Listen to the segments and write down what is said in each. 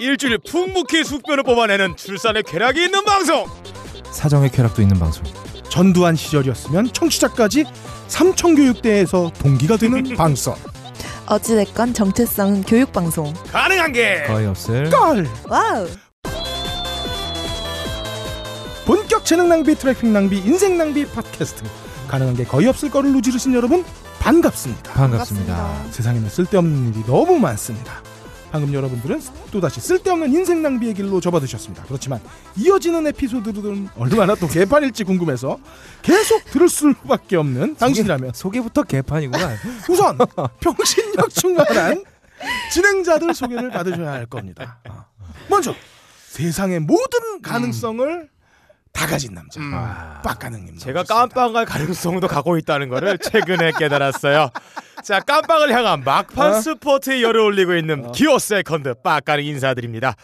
일주일 풍부히 숙변을 뽑아내는 출산의 쾌락이 있는 방송 사정의 쾌락도 있는 방송 전두환 시절이었으면 청취자까지 삼청교육대에서 동기가 되는 방송 어찌됐건 정체성은 교육방송. 가능한 게 거의 없을 걸 와우! 본격 재능 낭비 트래핑 낭비 인생 낭비 팟캐스트 가능한 게 거의 없을 거를 누지르신 여러분 반갑습니다 반갑습니다. 세상에는 쓸데없는 일이 너무 많습니다. 방금 여러분들은 또다시 쓸데없는 인생 낭비의 길로 접어드셨습니다. 그렇지만 이어지는 에피소드들은 얼마나 또 개판일지 궁금해서 계속 들을 수밖에 없는 당신이라면 소개부터 개판이구나. 우선 병신력 충만한 진행자들 소개를 받으셔야 할 겁니다. 아. 먼저 세상의 모든 가능성을 다 가진 남자 음. 아. 아. 빡가능님 제가 나오셨습니다. 깜빵할 가능성도 갖고 있다는 것을 최근에 깨달았어요. 자, 깜빵을 향한 막판 어? 스포츠에 열을 올리고 있는 기어 세컨드 빡가는 인사드립니다.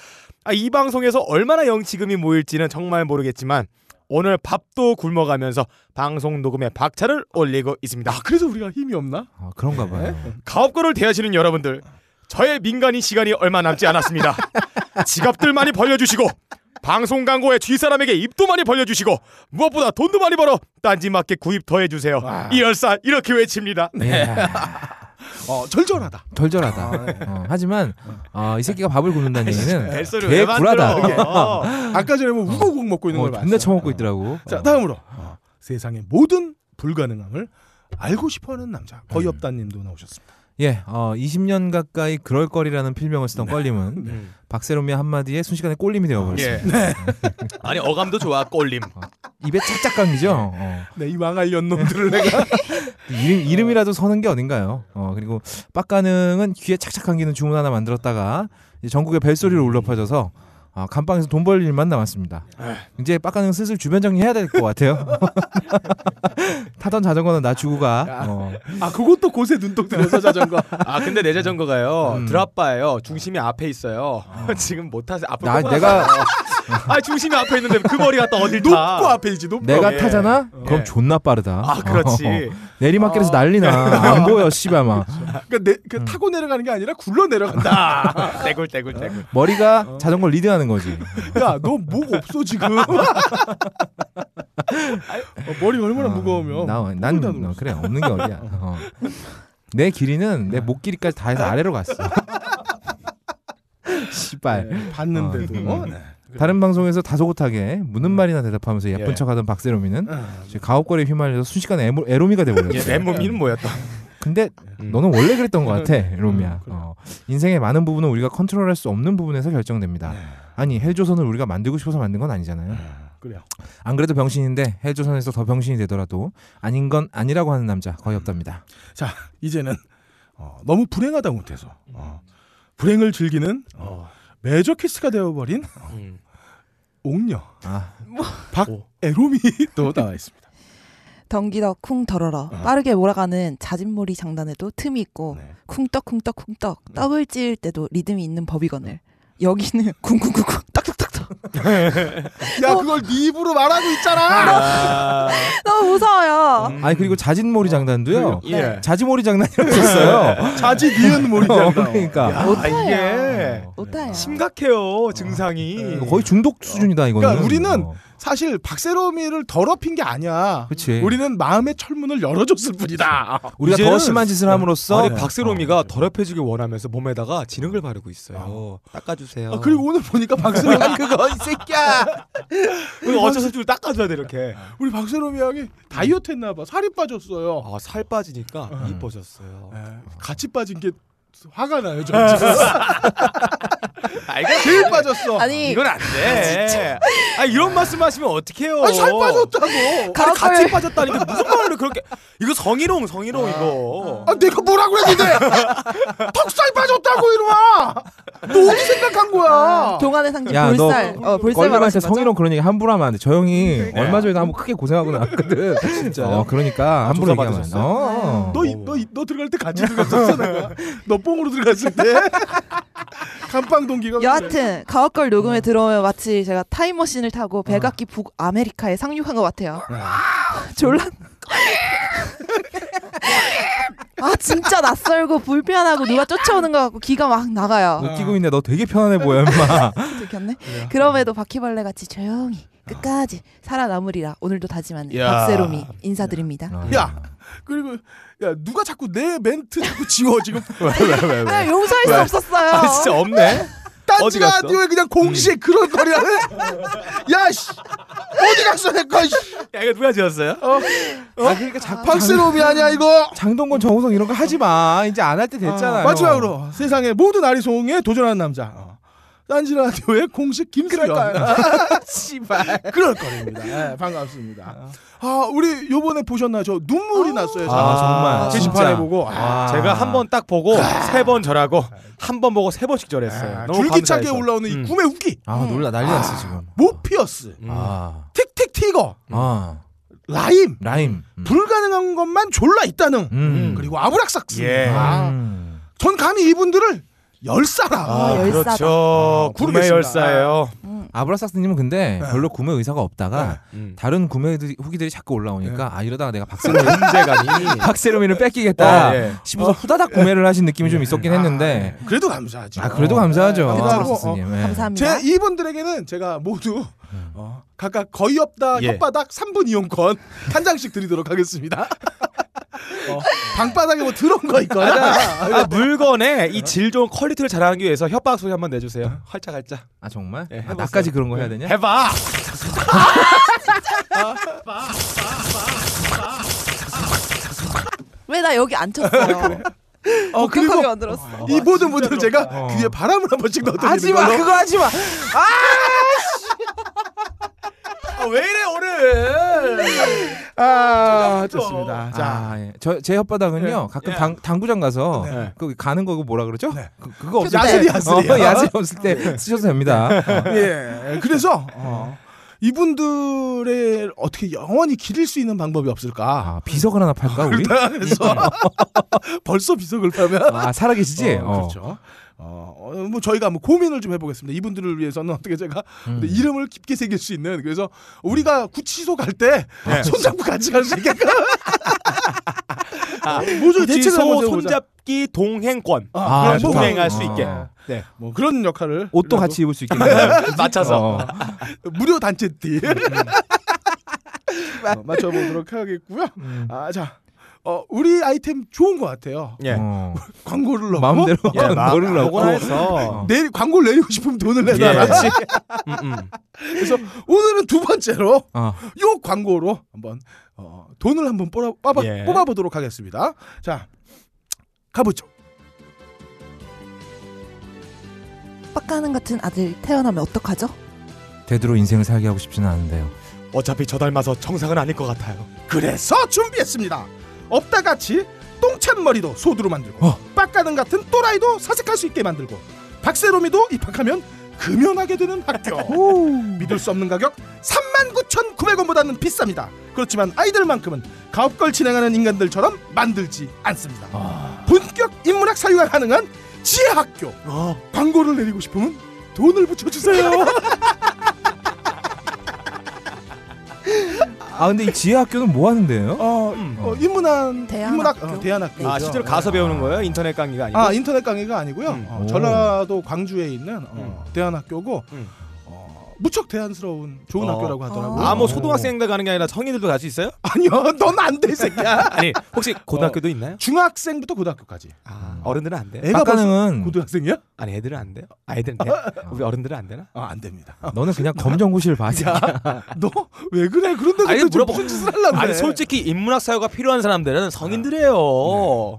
아, 이 방송에서 얼마나 영치금이 모일지는 정말 모르겠지만 오늘 밥도 굶어가면서 방송 녹음에 박차를 올리고 있습니다. 아 그래서 우리가 힘이 없나? 아, 그런가 봐요. 가업거를 대하시는 여러분들 저의 민간인 시간이 얼마 남지 않았습니다 지갑들 많이 벌려주시고 방송 광고에 쥐사람에게 입도 많이 벌려주시고 무엇보다 돈도 많이 벌어 딴지마켓 구입 더해주세요 이열사 이렇게 외칩니다 이야, 어 절절하다. 네? 덜절하다. 예. 어, 하지만 어, 이 새끼가 밥을 굶는다는 얘기는 뱃소리 개 왜 불하다. 만들어 어. 아까 전에 뭐 우거곡 먹고 있는 어, 걸 존나 봤어요. 처먹고 있더라고. 자 어. 다음으로 어, 세상의 모든 불가능함을 알고 싶어하는 남자 거의 없다님도 나오셨습니다. 예, 어, 20년 가까이 그럴 거리라는 필명을 쓰던 껄림은 박세롬의 한마디에 순식간에 꼴림이 되어버렸어요. 예. 아니 어감도 좋아 꼴림 입에 착착 감기죠. 어. 네 이 망할 연놈들을 내가 이름, 이름이라도 서는 게 어딘가요? 어, 그리고 빡가능은 귀에 착착 감기는 주문 하나 만들었다가 이제 전국에 음. 벨소리로 울려 퍼져서 아, 감방에서 돈 벌 일만 남았습니다. 네. 이제 빡가능 슬슬 주변 정리해야 될 것 같아요. 타던 자전거는 낮추고 가. 어. 아 그것도 곳에 눈독 들여서 자전거. 아 근데 내 자전거가요 음. 드랍바예요 중심이 앞에 있어요 지금 못 타세요 앞으로 나, 꺾어가세요. 내가 아 중심이 앞에 있는데 그 머리가 또 어딜 높고 타 앞에이지 높고. 내가 앞에. 타잖아? 그럼 예. 존나 빠르다. 아 그렇지 아. 어, 내리막길에서 난리나. 안 보여 씨발 막. 그러니까 내, 그 타고 내려가는 게 아니라 굴러 내려간다. 아 떼굴 떼굴 떼굴 어. 머리가 자전거 를 리드하는 거지. 야너 목 없어 지금. 어, 머리 아, 얼마나 무거우면. 어, 나, 난 다 어, 그래 없는 게 어디야. 어. 내 길이는 아. 내 목 길이까지 다 해서 아래로 갔어. 씨발. 네, 봤는데도. 어, 음. 네. 다른 방송에서 다소곳하게 묻는 말이나 대답하면서 예쁜 예. 척하던 박세롬이는 음. 예, 이제 가옥거리에 휘말려서 순식간에 에모, 에로미가 돼버렸어. 내 아, 예, 몸이는 뭐였다 근데 음. 너는 원래 그랬던 것 같아, 로미야. 음, 그래. 어, 인생의 많은 부분은 우리가 컨트롤할 수 없는 부분에서 결정됩니다. 네. 아니 헬조선을 우리가 만들고 싶어서 만든 건 아니잖아요. 어, 그래요. 안 그래도 병신인데 헬조선에서 더 병신이 되더라도 아닌 건 아니라고 하는 남자 거의 없답니다. 자 이제는 어, 너무 불행하다 못해서 어, 불행을 즐기는 어, 매저키스가 되어버린 음. 옥녀 아, 박에롬이 또 나와 있습니다. 덩기덕 쿵 덜어라. 빠르게 몰아가는 자진몰이 장단에도 틈이 있고 네. 쿵떡쿵떡 쿵떡 떡을 찌을 때도 리듬이 있는 법이거늘. 여기는 네. 쿵쿵쿵쿵 딱딱딱딱. 어. 야 그걸 네 입으로 말하고 있잖아. 아, 너무 무서워요. 아니 음. 그리고 어. 자진몰이 장단도요. 예. 자지몰이 장단이라고 있어요. 자지 니은 어, 몰이란다. 그러니까 아, 못해요. 이게 못해요. 심각해요 증상이. 거의 중독 수준이다 이거는. 그러니까 우리는 어, 사실 박세롬이를 더럽힌 게 아니야. 그치. 아. 우리는 마음의 철문을 열어줬을 뿐이다. 우리가 더 이제는- 심한 짓을 어, 함으로써 아니 네. 박세롬이가 더럽혀지길 원하면서 몸에다가 진흙을 바르고 있어요. 닦아주세요. 아, 그리고 오늘 보니까 어. 박세롬이 그거 이 새끼야. 이거 어쩔 수 없이 닦아줘야 돼 이렇게. 우리 박세롬이 형이 다이어트 했나 봐. 살이 빠졌어요. 아 살 빠지니까 이뻐졌어요. 에, 같이 빠진 게 화가 나요. 저 지금. 어. 아 이거 제일 빠졌어. 아니 이건 안 돼. 아 이런 말씀하시면 어떡해요? 아니, 살 빠졌다고. 아니, 같이 가을. 빠졌다니까 무슨 말로 그렇게 이거 성희롱 성희롱 이거. 아, 내가 뭐라고 했는데 턱살 빠졌다고 이놈아. 너 어디 생각한 아, 거야? 동안의 상징 야, 너 볼살. 어, 볼살 걸림한테 말하는 성희롱 그런 얘기 함부로 하면 안 돼. 저 형이 그러니까. 얼마 전에도 한번 크게 고생하고 나왔거든. 진짜. 어, 그러니까 함부로 조사 얘기하면 안 돼. 어. 아, 너, 이- 너, 이- 너 들어갈 때 같이 들어갔었어 내가 너 뽕으로 들어갔을 때 감방 동기가 여하튼 가옥걸 녹음에 들어오면 마치 제가 타임머신을 타고 백악기 북아메리카에 상륙한 것 같아요. 졸라 아 진짜 낯설고 불편하고 누가 쫓아오는 것 같고 기가 막 나가요. 너 끼고 아. 있네. 너 되게 편안해 보여, 인마. 들켰네. 그럼에도 바퀴벌레 같이 조용히 끝까지 살아남으리라 오늘도 다짐하는 야. 박세롬이 인사드립니다. 네. 어. 야 그리고 야 누가 자꾸 내 멘트 자꾸 지워 지금 왜왜왜 왜? 아, 용서할 수 왜? 없었어요. 아 진짜 없네. 딴지 어디 갔어? 라디오에 음. 그냥 공식 그런 거리하네 야씨 어디 갔어 내거 야 이거 누가 지었어요? 아, 그러니까 작, 박스롬이 아니야 이거 장동건, 정우성 이런 거 하지 마. 이제 안 할 때 됐잖아요. 아, 마지막으로 세상의 모든 아리송에 도전하는 남자 어. 딴지 라디오의 공식 김수현 씨발. 그럴 거입니다 예, 반갑습니다 아 우리 요번에 보셨나요 저 눈물이 아, 났어요 제가. 정말. 게시판에 진짜. 보고 아, 와. 제가 한 번 딱 보고 세 번 절하고 한 번 보고 세 번씩 절했어요. 아, 너무 줄기차게 감사해서. 올라오는 이 음. 꿈의 우기 아, 놀라 난리 났어, 지금. 모피어스 음. 아. 틱틱 티거 아. 라임 라임. 음. 불가능한 것만 졸라 있다는 음. 그리고 아브락삭스 예. 아, 음. 전 감히 이분들을 열사라 아, 열사다. 그렇죠. 구매 모르겠습니다. 열사예요. 아브라삭스님은 근데 네. 별로 구매 의사가 없다가 음. 다른 구매 후기들이 자꾸 올라오니까 아 이러다가 내가 박세롬 문제감이. 박세롬이를 뺏기겠다 어, 예. 싶어서 후다닥 구매를 하신 느낌이 좀 있었긴 했는데 그래도 감사하지 아 그래도 감사하죠 네, 아브라삭스님 예. 감사합니다. 제 이분들에게는 제가 모두 어, 각각 거의 없다 예. 혓바닥 3분 이용권 한 장씩 드리도록 하겠습니다. 어, 방바닥에 뭐 들어온 거 있거나 아, 물건에 이 질 좋은 퀄리티를 자랑하기 위해서 협박 소리 한번 내주세요. 활짝 활짝. 아 정말 예, 아, 해봤어요. 나까지 그런 거 해야 되냐 해봐. 왜 나 여기 앉혔어요? 어, 그리고 그리고 만들었어. 이 모든 분들은 제가 귀에 바람을 한 번씩 넣어드리는 걸로 하지 마 아, 왜 이래 오늘? 아 좋습니다. 자 자, 예. 저 제 혓바닥은요 가끔 예. 당, 당구장 가서 네. 거기 가는 거고 뭐라 그러죠? 그, 그거 없을 야슬이 때 야슬이 어, 야슬이 없을 때 쓰셔도 됩니다. 어. 예 그래서 어, 이분들의 어떻게 영원히 기릴 수 있는 방법이 없을까? 아 비석을 하나 팔까 우리? 그래서 벌써 비석을 파면 아 살아계시지? 어, 그렇죠. 어, 어, 뭐 저희가 뭐 고민을 좀 해보겠습니다. 이분들을 위해서는 어떻게 제가 근데 이름을 깊게 새길 수 있는 그래서 우리가 구치소 갈 때 손잡고 같이 갈 수 있게끔 아, 모두 대체를 구치소 한번 해보자. 손잡기 동행권. 아, 아, 그런 좋다. 뭐, 동행할 수 어. 있게. 네. 뭐 그런 역할을 옷도 그래도 같이 입을 수 있겠네요. 맞춰서. 어. 무료 단체 띠 어, 맞춰보도록 하겠고요. 아 자. 어, 우리 아이템 좋은 것 같아요. 예. 어. 광고를 넣고 마음대로 예, 마- 너를 넣고 요거나 해서. 내일 광고를 내리고 싶으면 돈을 예. 내놔라. 음, 음. 그래서 오늘은 두 번째로 어. 요 광고로 한번 어, 돈을 한번 뽑아, 뽑아, 예. 뽑아보도록 하겠습니다. 자, 가보죠. 빡가는 같은 아들 태어나면 어떡하죠? 되도록 인생을 살게 하고 싶지는 않은데요. 어차피 저 닮아서 정상은 아닐 것 같아요. 그래서 준비했습니다. 없다 같이 똥찬 머리도 소두로 만들고 어. 빡가는 같은 또라이도 사색할 수 있게 만들고 박세롬이도 입학하면 금연하게 되는 학교. 믿을 수 없는 가격 39,900원보다는 비쌉니다. 그렇지만 아이들만큼은 가업걸 진행하는 인간들처럼 만들지 않습니다. 본격 인문학 사유가 가능한 지혜학교. 아, 어. 광고를 내리고 싶으면 돈을 붙여주세요. 아 근데 이 지혜 학교는 뭐 하는데요? 어, 음. 어, 인문학 대안학교. 인문학 어, 그렇죠. 대안학교. 아, 실제로 가서 배우는 거예요? 인터넷 강의가 아니고. 아 인터넷 강의가 아니고요. 음. 어, 오. 전라도 광주에 있는 어, 대안학교고 음. 어, 무척 대안스러운 좋은 어. 학교라고 하더라고요. 아, 아, 뭐 초등학생들 가는 게 아니라 성인들도 갈 수 있어요? 아니요, 넌 안 돼 새끼야. 아니, 혹시 고등학교도 있나요? 중학생부터 고등학교까지. 아, 어른들은 안 돼. 애가 벌써 빡가능은 고등학생이야? 아니, 애들은 안 돼요? 아이들은 돼? 우리 어른들은 안 되나? 아, 안 됩니다. 너는 그냥 검정고시를 봐. 너 왜 그래? 그런데 아니, 도대체 물어봐. 무슨 짓을 하려고 아니, 그래? 솔직히 인문학 사유가 필요한 사람들은 성인들이에요.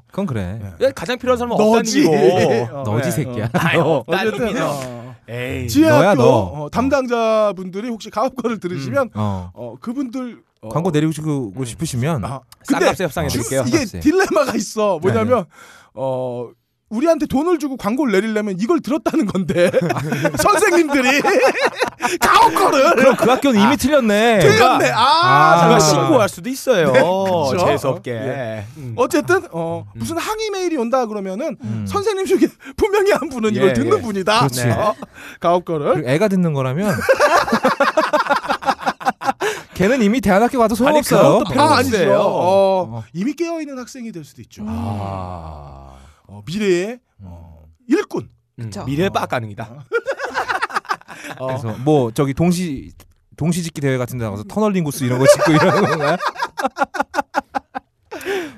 그건 그래. 예, 가장 필요한 사람은 너지. 없다는 거. 어, 너지 네. 새끼야. 아유, 어쨌든 딸미는 어, 에이. 너야, 지혜학교 너. 어, 담당자분들이 혹시 가업거를 음. 들으시면 어. 어, 그분들 어, 광고 내리고 싶고 싶으시면 아, 근데 싼값에 협상해 주- 드릴게요. 이- 이게 값에. 딜레마가 있어. 뭐냐면 어 우리한테 돈을 주고 광고를 내리려면 이걸 들었다는 건데 선생님들이 가오거를 그럼 그 학교는 이미 틀렸네. 틀렸네. 아, 아, 누가 잠깐만. 신고할 수도 있어요. 네, 재수 없게. 예. 음. 어쨌든 어 무슨 항의 메일이 온다 그러면은 음. 선생님 중에 분명히 한 분은 예, 이걸 듣는 예. 분이다. 그렇지. 어, 가오거를 그리고 애가 듣는 거라면 걔는 이미 대안학교 가도 아니, 소용없어요. 그건 또 아, 패러디예요. 아니죠. 어, 어. 이미 깨어 있는 학생이 될 수도 있죠. 아. 어, 미래의 어, 일꾼. 그쵸. 미래의 어. 빡가능이다. 그래서 뭐 저기 동시 동시 짓기 대회 같은 데 나가서 터널링 구스 이런 거 짓고 이런 건가요?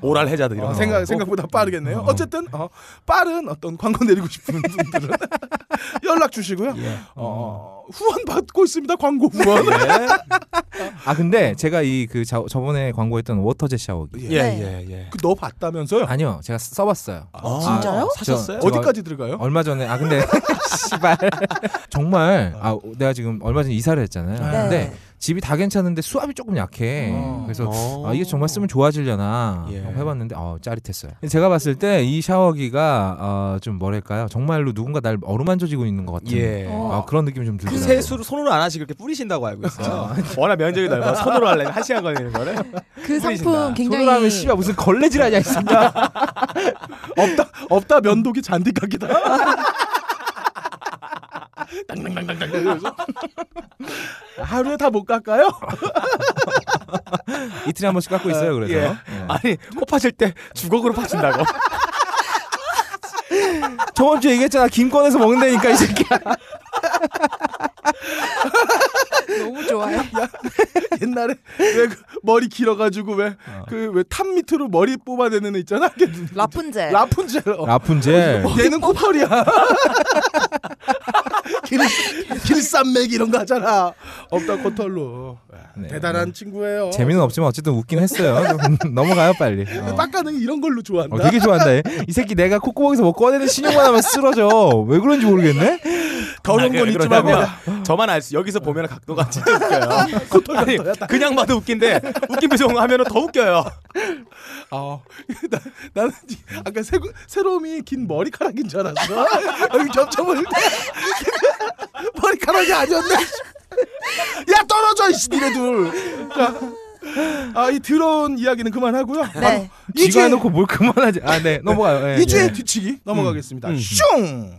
오랄 해자드 이런 어, 아, 거. 생각 생각보다 빠르겠네요. 어. 쨌든 빠른 어떤 광고 내리고 싶은 분들은 연락 주시고요. 예. 어, 후원 받고 있습니다. 광고 후원. 예. 아 근데 제가 이 그 저번에 광고했던 워터젯 샤워기 예, 예, 네. 예. 그 넣어 봤다면서요? 아니요 제가 써봤어요. 아, 진짜요? 사셨어요? 저- 어디까지 들어가요? 얼마 전에 아 근데 씨발 정말 아 내가 지금 얼마 전에 이사를 했잖아요. 네. 근데 집이 다 괜찮은데 수압이 조금 약해. 어. 그래서 어. 아 이게 정말 쓰면 좋아지려나 예. 해봤는데 어, 짜릿했어요. 제가 봤을 때 이 샤워기가 어, 좀 뭐랄까요 정말로 누군가 날 어루만져지고 있는 것 같은 예. 네. 어. 아, 그런 느낌이 좀 그 들더라고요. 세수를 손으로 안 하시고 이렇게 뿌리신다고 알고 있어요. 아, 워낙 면적이 넓어 손으로 하려면 한 시간 걸리는 거를 그 뿌리신다. 상품 굉장히 손으로 하면 씨발 무슨 걸레질 하냐 이 새끼야. 없다 없다 면도기 잔디각이다. 땅땅땅땅땅 그래서 하루에 다 못 깎아요? 이틀에 한 번씩 깎고 있어요. 그래서 예. 아니 코 파실 때 주걱으로 파신다고 저번 주에 얘기했잖아 김 꺼내서 먹는다니까 이 새끼야. 너무 좋아요. 옛날에 왜 그 머리 길어가지고 왜 그 왜 탑 밑으로 머리 뽑아내는 애 있잖아. 걔 네. 누- 라푼젤. 라푼젤. 어. 라푼젤. 얘는 코털이야. 길, 길쌈맥 이런 거 하잖아. 없다 코털로. 네. 대단한 친구예요. 재미는 없지만 어쨌든 웃긴 했어요. 좀 넘어가요 빨리. 어. 빡가는 이런 걸로 좋아한다. 어, 되게 좋아한다. 얘. 이 새끼 내가 콧구멍에서 뭐 꺼내는 신용만 하면 쓰러져. 왜 그런지 모르겠네. 더러운 건 잊지 말고. 저만 알수 여기서 보면 각도가 진짜 웃겨요 아니, 그냥 봐도 웃긴데 웃긴 표정 하면 더 웃겨요 아, 나, 그- 나는 이- 아까 새, 새로움이 긴 머리카락인 줄 알았어. 여기 겹쳐버릴 때 머리카락이 아니었네. 야 떨어져 이씨 니네들. 자, 아이 더러운 이야기는 그만하고요. 지가 네. 이주에 해놓고 뭘 그만하지. 아 네 넘어가요. 예, 이주의 예. 뒤치기 넘어가겠습니다. 음. 슝.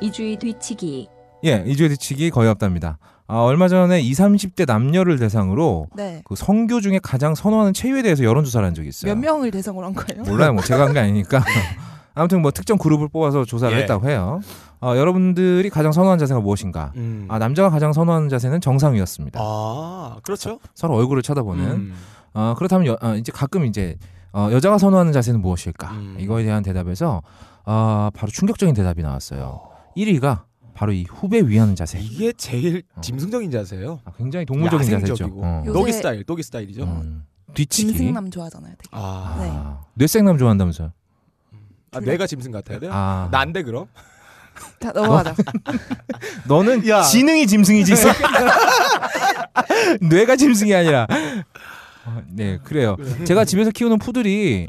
이주의 뒤치기 예, 이주의 뒤치기 거의 없답니다. 아, 얼마 전에 20, 30대 남녀를 대상으로 네. 그 성교 중에 가장 선호하는 체유에 대해서 여론조사를 한 적이 있어요. 몇 명을 대상으로 한 거예요? 몰라요. 뭐 제가 한 게 아니니까. 아무튼 뭐 특정 그룹을 뽑아서 조사를 예. 했다고 해요. 어, 여러분들이 가장 선호하는 자세가 무엇인가? 아, 남자가 가장 선호하는 자세는 정상이었습니다. 음. 아 그렇죠 서로 얼굴을 쳐다보는. 음. 어, 그렇다면 여, 어, 이제 가끔 이제 어, 여자가 선호하는 자세는 무엇일까? 음. 이거에 대한 대답에서 어, 바로 충격적인 대답이 나왔어요. 1위가 바로 이 후배 위하는 자세. 이게 제일 어. 짐승적인 자세죠 아, 굉장히 동물적인 자세죠. 야생적이고. 어. 요새 도기 스타일 도기 스타일이죠 음, 뒤치기. 짐승남 좋아하잖아요. 되게. 아, 네. 아, 뇌생남 좋아한다면서요? 아 내가 짐승 같아야 돼요? 아, 난데 그럼? 자, 넘어가자. 너는 그러니까 아, 야. 지능이 짐승이지. 네. 이 새끼. 뇌가 짐승이 아니라. 어, 네, 그래요. 제가 집에서 키우는 푸들이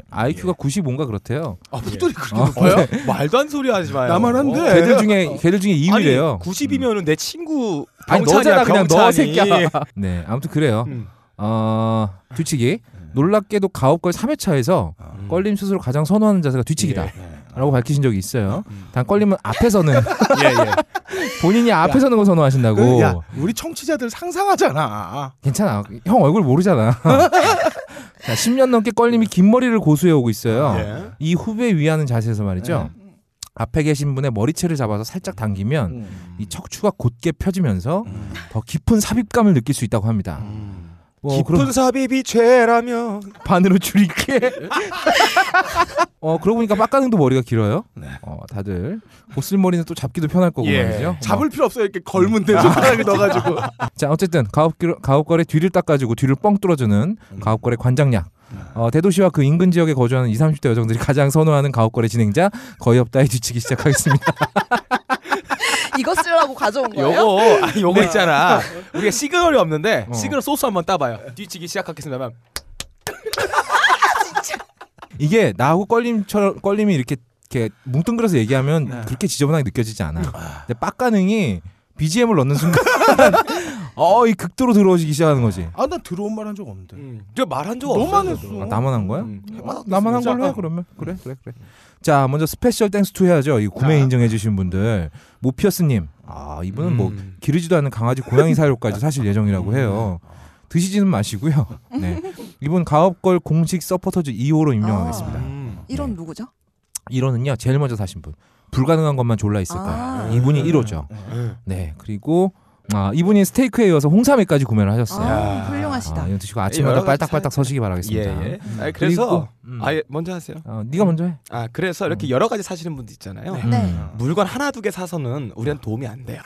예. IQ가 95인가 그렇대요. 아 부들이 그렇게 어. 높아요? 말도 안 소리 하지 마요 나만 한데. 어. 걔들 중에 걔들 중에 2위래요. 음. 아니 90이면은 내 친구 아니, 병찬이야, 너잖아, 그냥 너, 병찬이. 새끼야. 네, 아무튼 그래요. 음. 어, 뒤치기. 놀랍게도 가업걸 3회차에서 음. 껄림 스스로 가장 선호하는 자세가 예, 뒤치기다라고 밝히신 적이 있어요. 단 껄림은 앞에서는 음. 예, 예. 본인이 앞에 서는 거 선호하신다고. 그, 야 우리 청취자들 상상하잖아. 괜찮아. 형 얼굴 모르잖아. 자, 10년 넘게 껄림이 긴 머리를 고수해 오고 있어요. 예. 이 후배 위하는 자세에서 말이죠. 앞에 계신 분의 머리채를 잡아서 살짝 당기면 음. 이 음. 척추가 곧게 펴지면서 더 깊은 삽입감을 느낄 수 있다고 합니다. 뭐 음. 깊은 그런 삽입이 죄라면 반으로 줄일게. 어 그러고 보니까 빡가능도 머리가 길어요. 네. 어 다들 고슬머리는 또 잡기도 편할 거고 예. 말이죠. 잡을 필요 없어요. 이렇게 걸면 돼 손가락에 넣어가지고. 어, 자 어쨌든 가업길 가업걸의 뒤를 닦아주고 뒤를 뻥 뚫어주는 가업걸의 관장약. 어, 대도시와 그 인근 지역에 거주하는 20, 30대 여성들이 가장 선호하는 가업걸의 진행자 거의 없다의 뒤치기 시작하겠습니다. 이거 쓰려고 가져온 거예요? 요거 아니 요거 있잖아 우리가 시그널이 없는데 네. 어. 시그널 소스 한번 따봐요 뒤치기 시작하겠습니다 면 이게 나하고 껄림처럼 껄림이 이렇게 이렇게 뭉뚱그려서 얘기하면 그렇게 지저분하게 느껴지지 않아. 근데 빡가능이 BGM을 넣는 순간 어, 이 극도로 들어오시기 시작하는 거지. 아, 나 들어온 말 한 적 없는데. 음. 내가 말한 적 없어. 음. 너만 요 했어. 아, 나만 한 음. 거야? 해봐. 나만 한 진짜. 걸로 해 어. 그러면 그래 그래 그래 자 먼저 스페셜 땡스 투 해야죠 이 구매 인정해 주신 분들 모피어스님 아 이분은 음. 뭐 음. 기르지도 않은 강아지 고양이 사료까지 사실 예정이라고 해요 드시지는 마시고요 네 이분 가업걸 공식 서포터즈 2호로 임명하겠습니다 아. 음. 이런 네. 누구죠? 1호는요 제일 먼저 사신 분 불가능한 것만 졸라 있을 거예요 아. 이분이 1호죠 음. 네 그리고 아 이분이 스테이크에 이어서 홍삼회까지 구매를 하셨어요 아, 야. 훌륭하시다. 아, 이거 드시고 아침마다 여러 가지 빨딱빨딱 서시기 예, 바라겠습니다 예. 아, 그래서 그리고, 음. 아, 예, 먼저 하세요. 어, 네가 먼저 해 아, 그래서 이렇게 여러 가지 사시는 분들 있잖아요. 음. 네. 물건 하나 두 개 사서는 우리한테 도움이 안 돼요.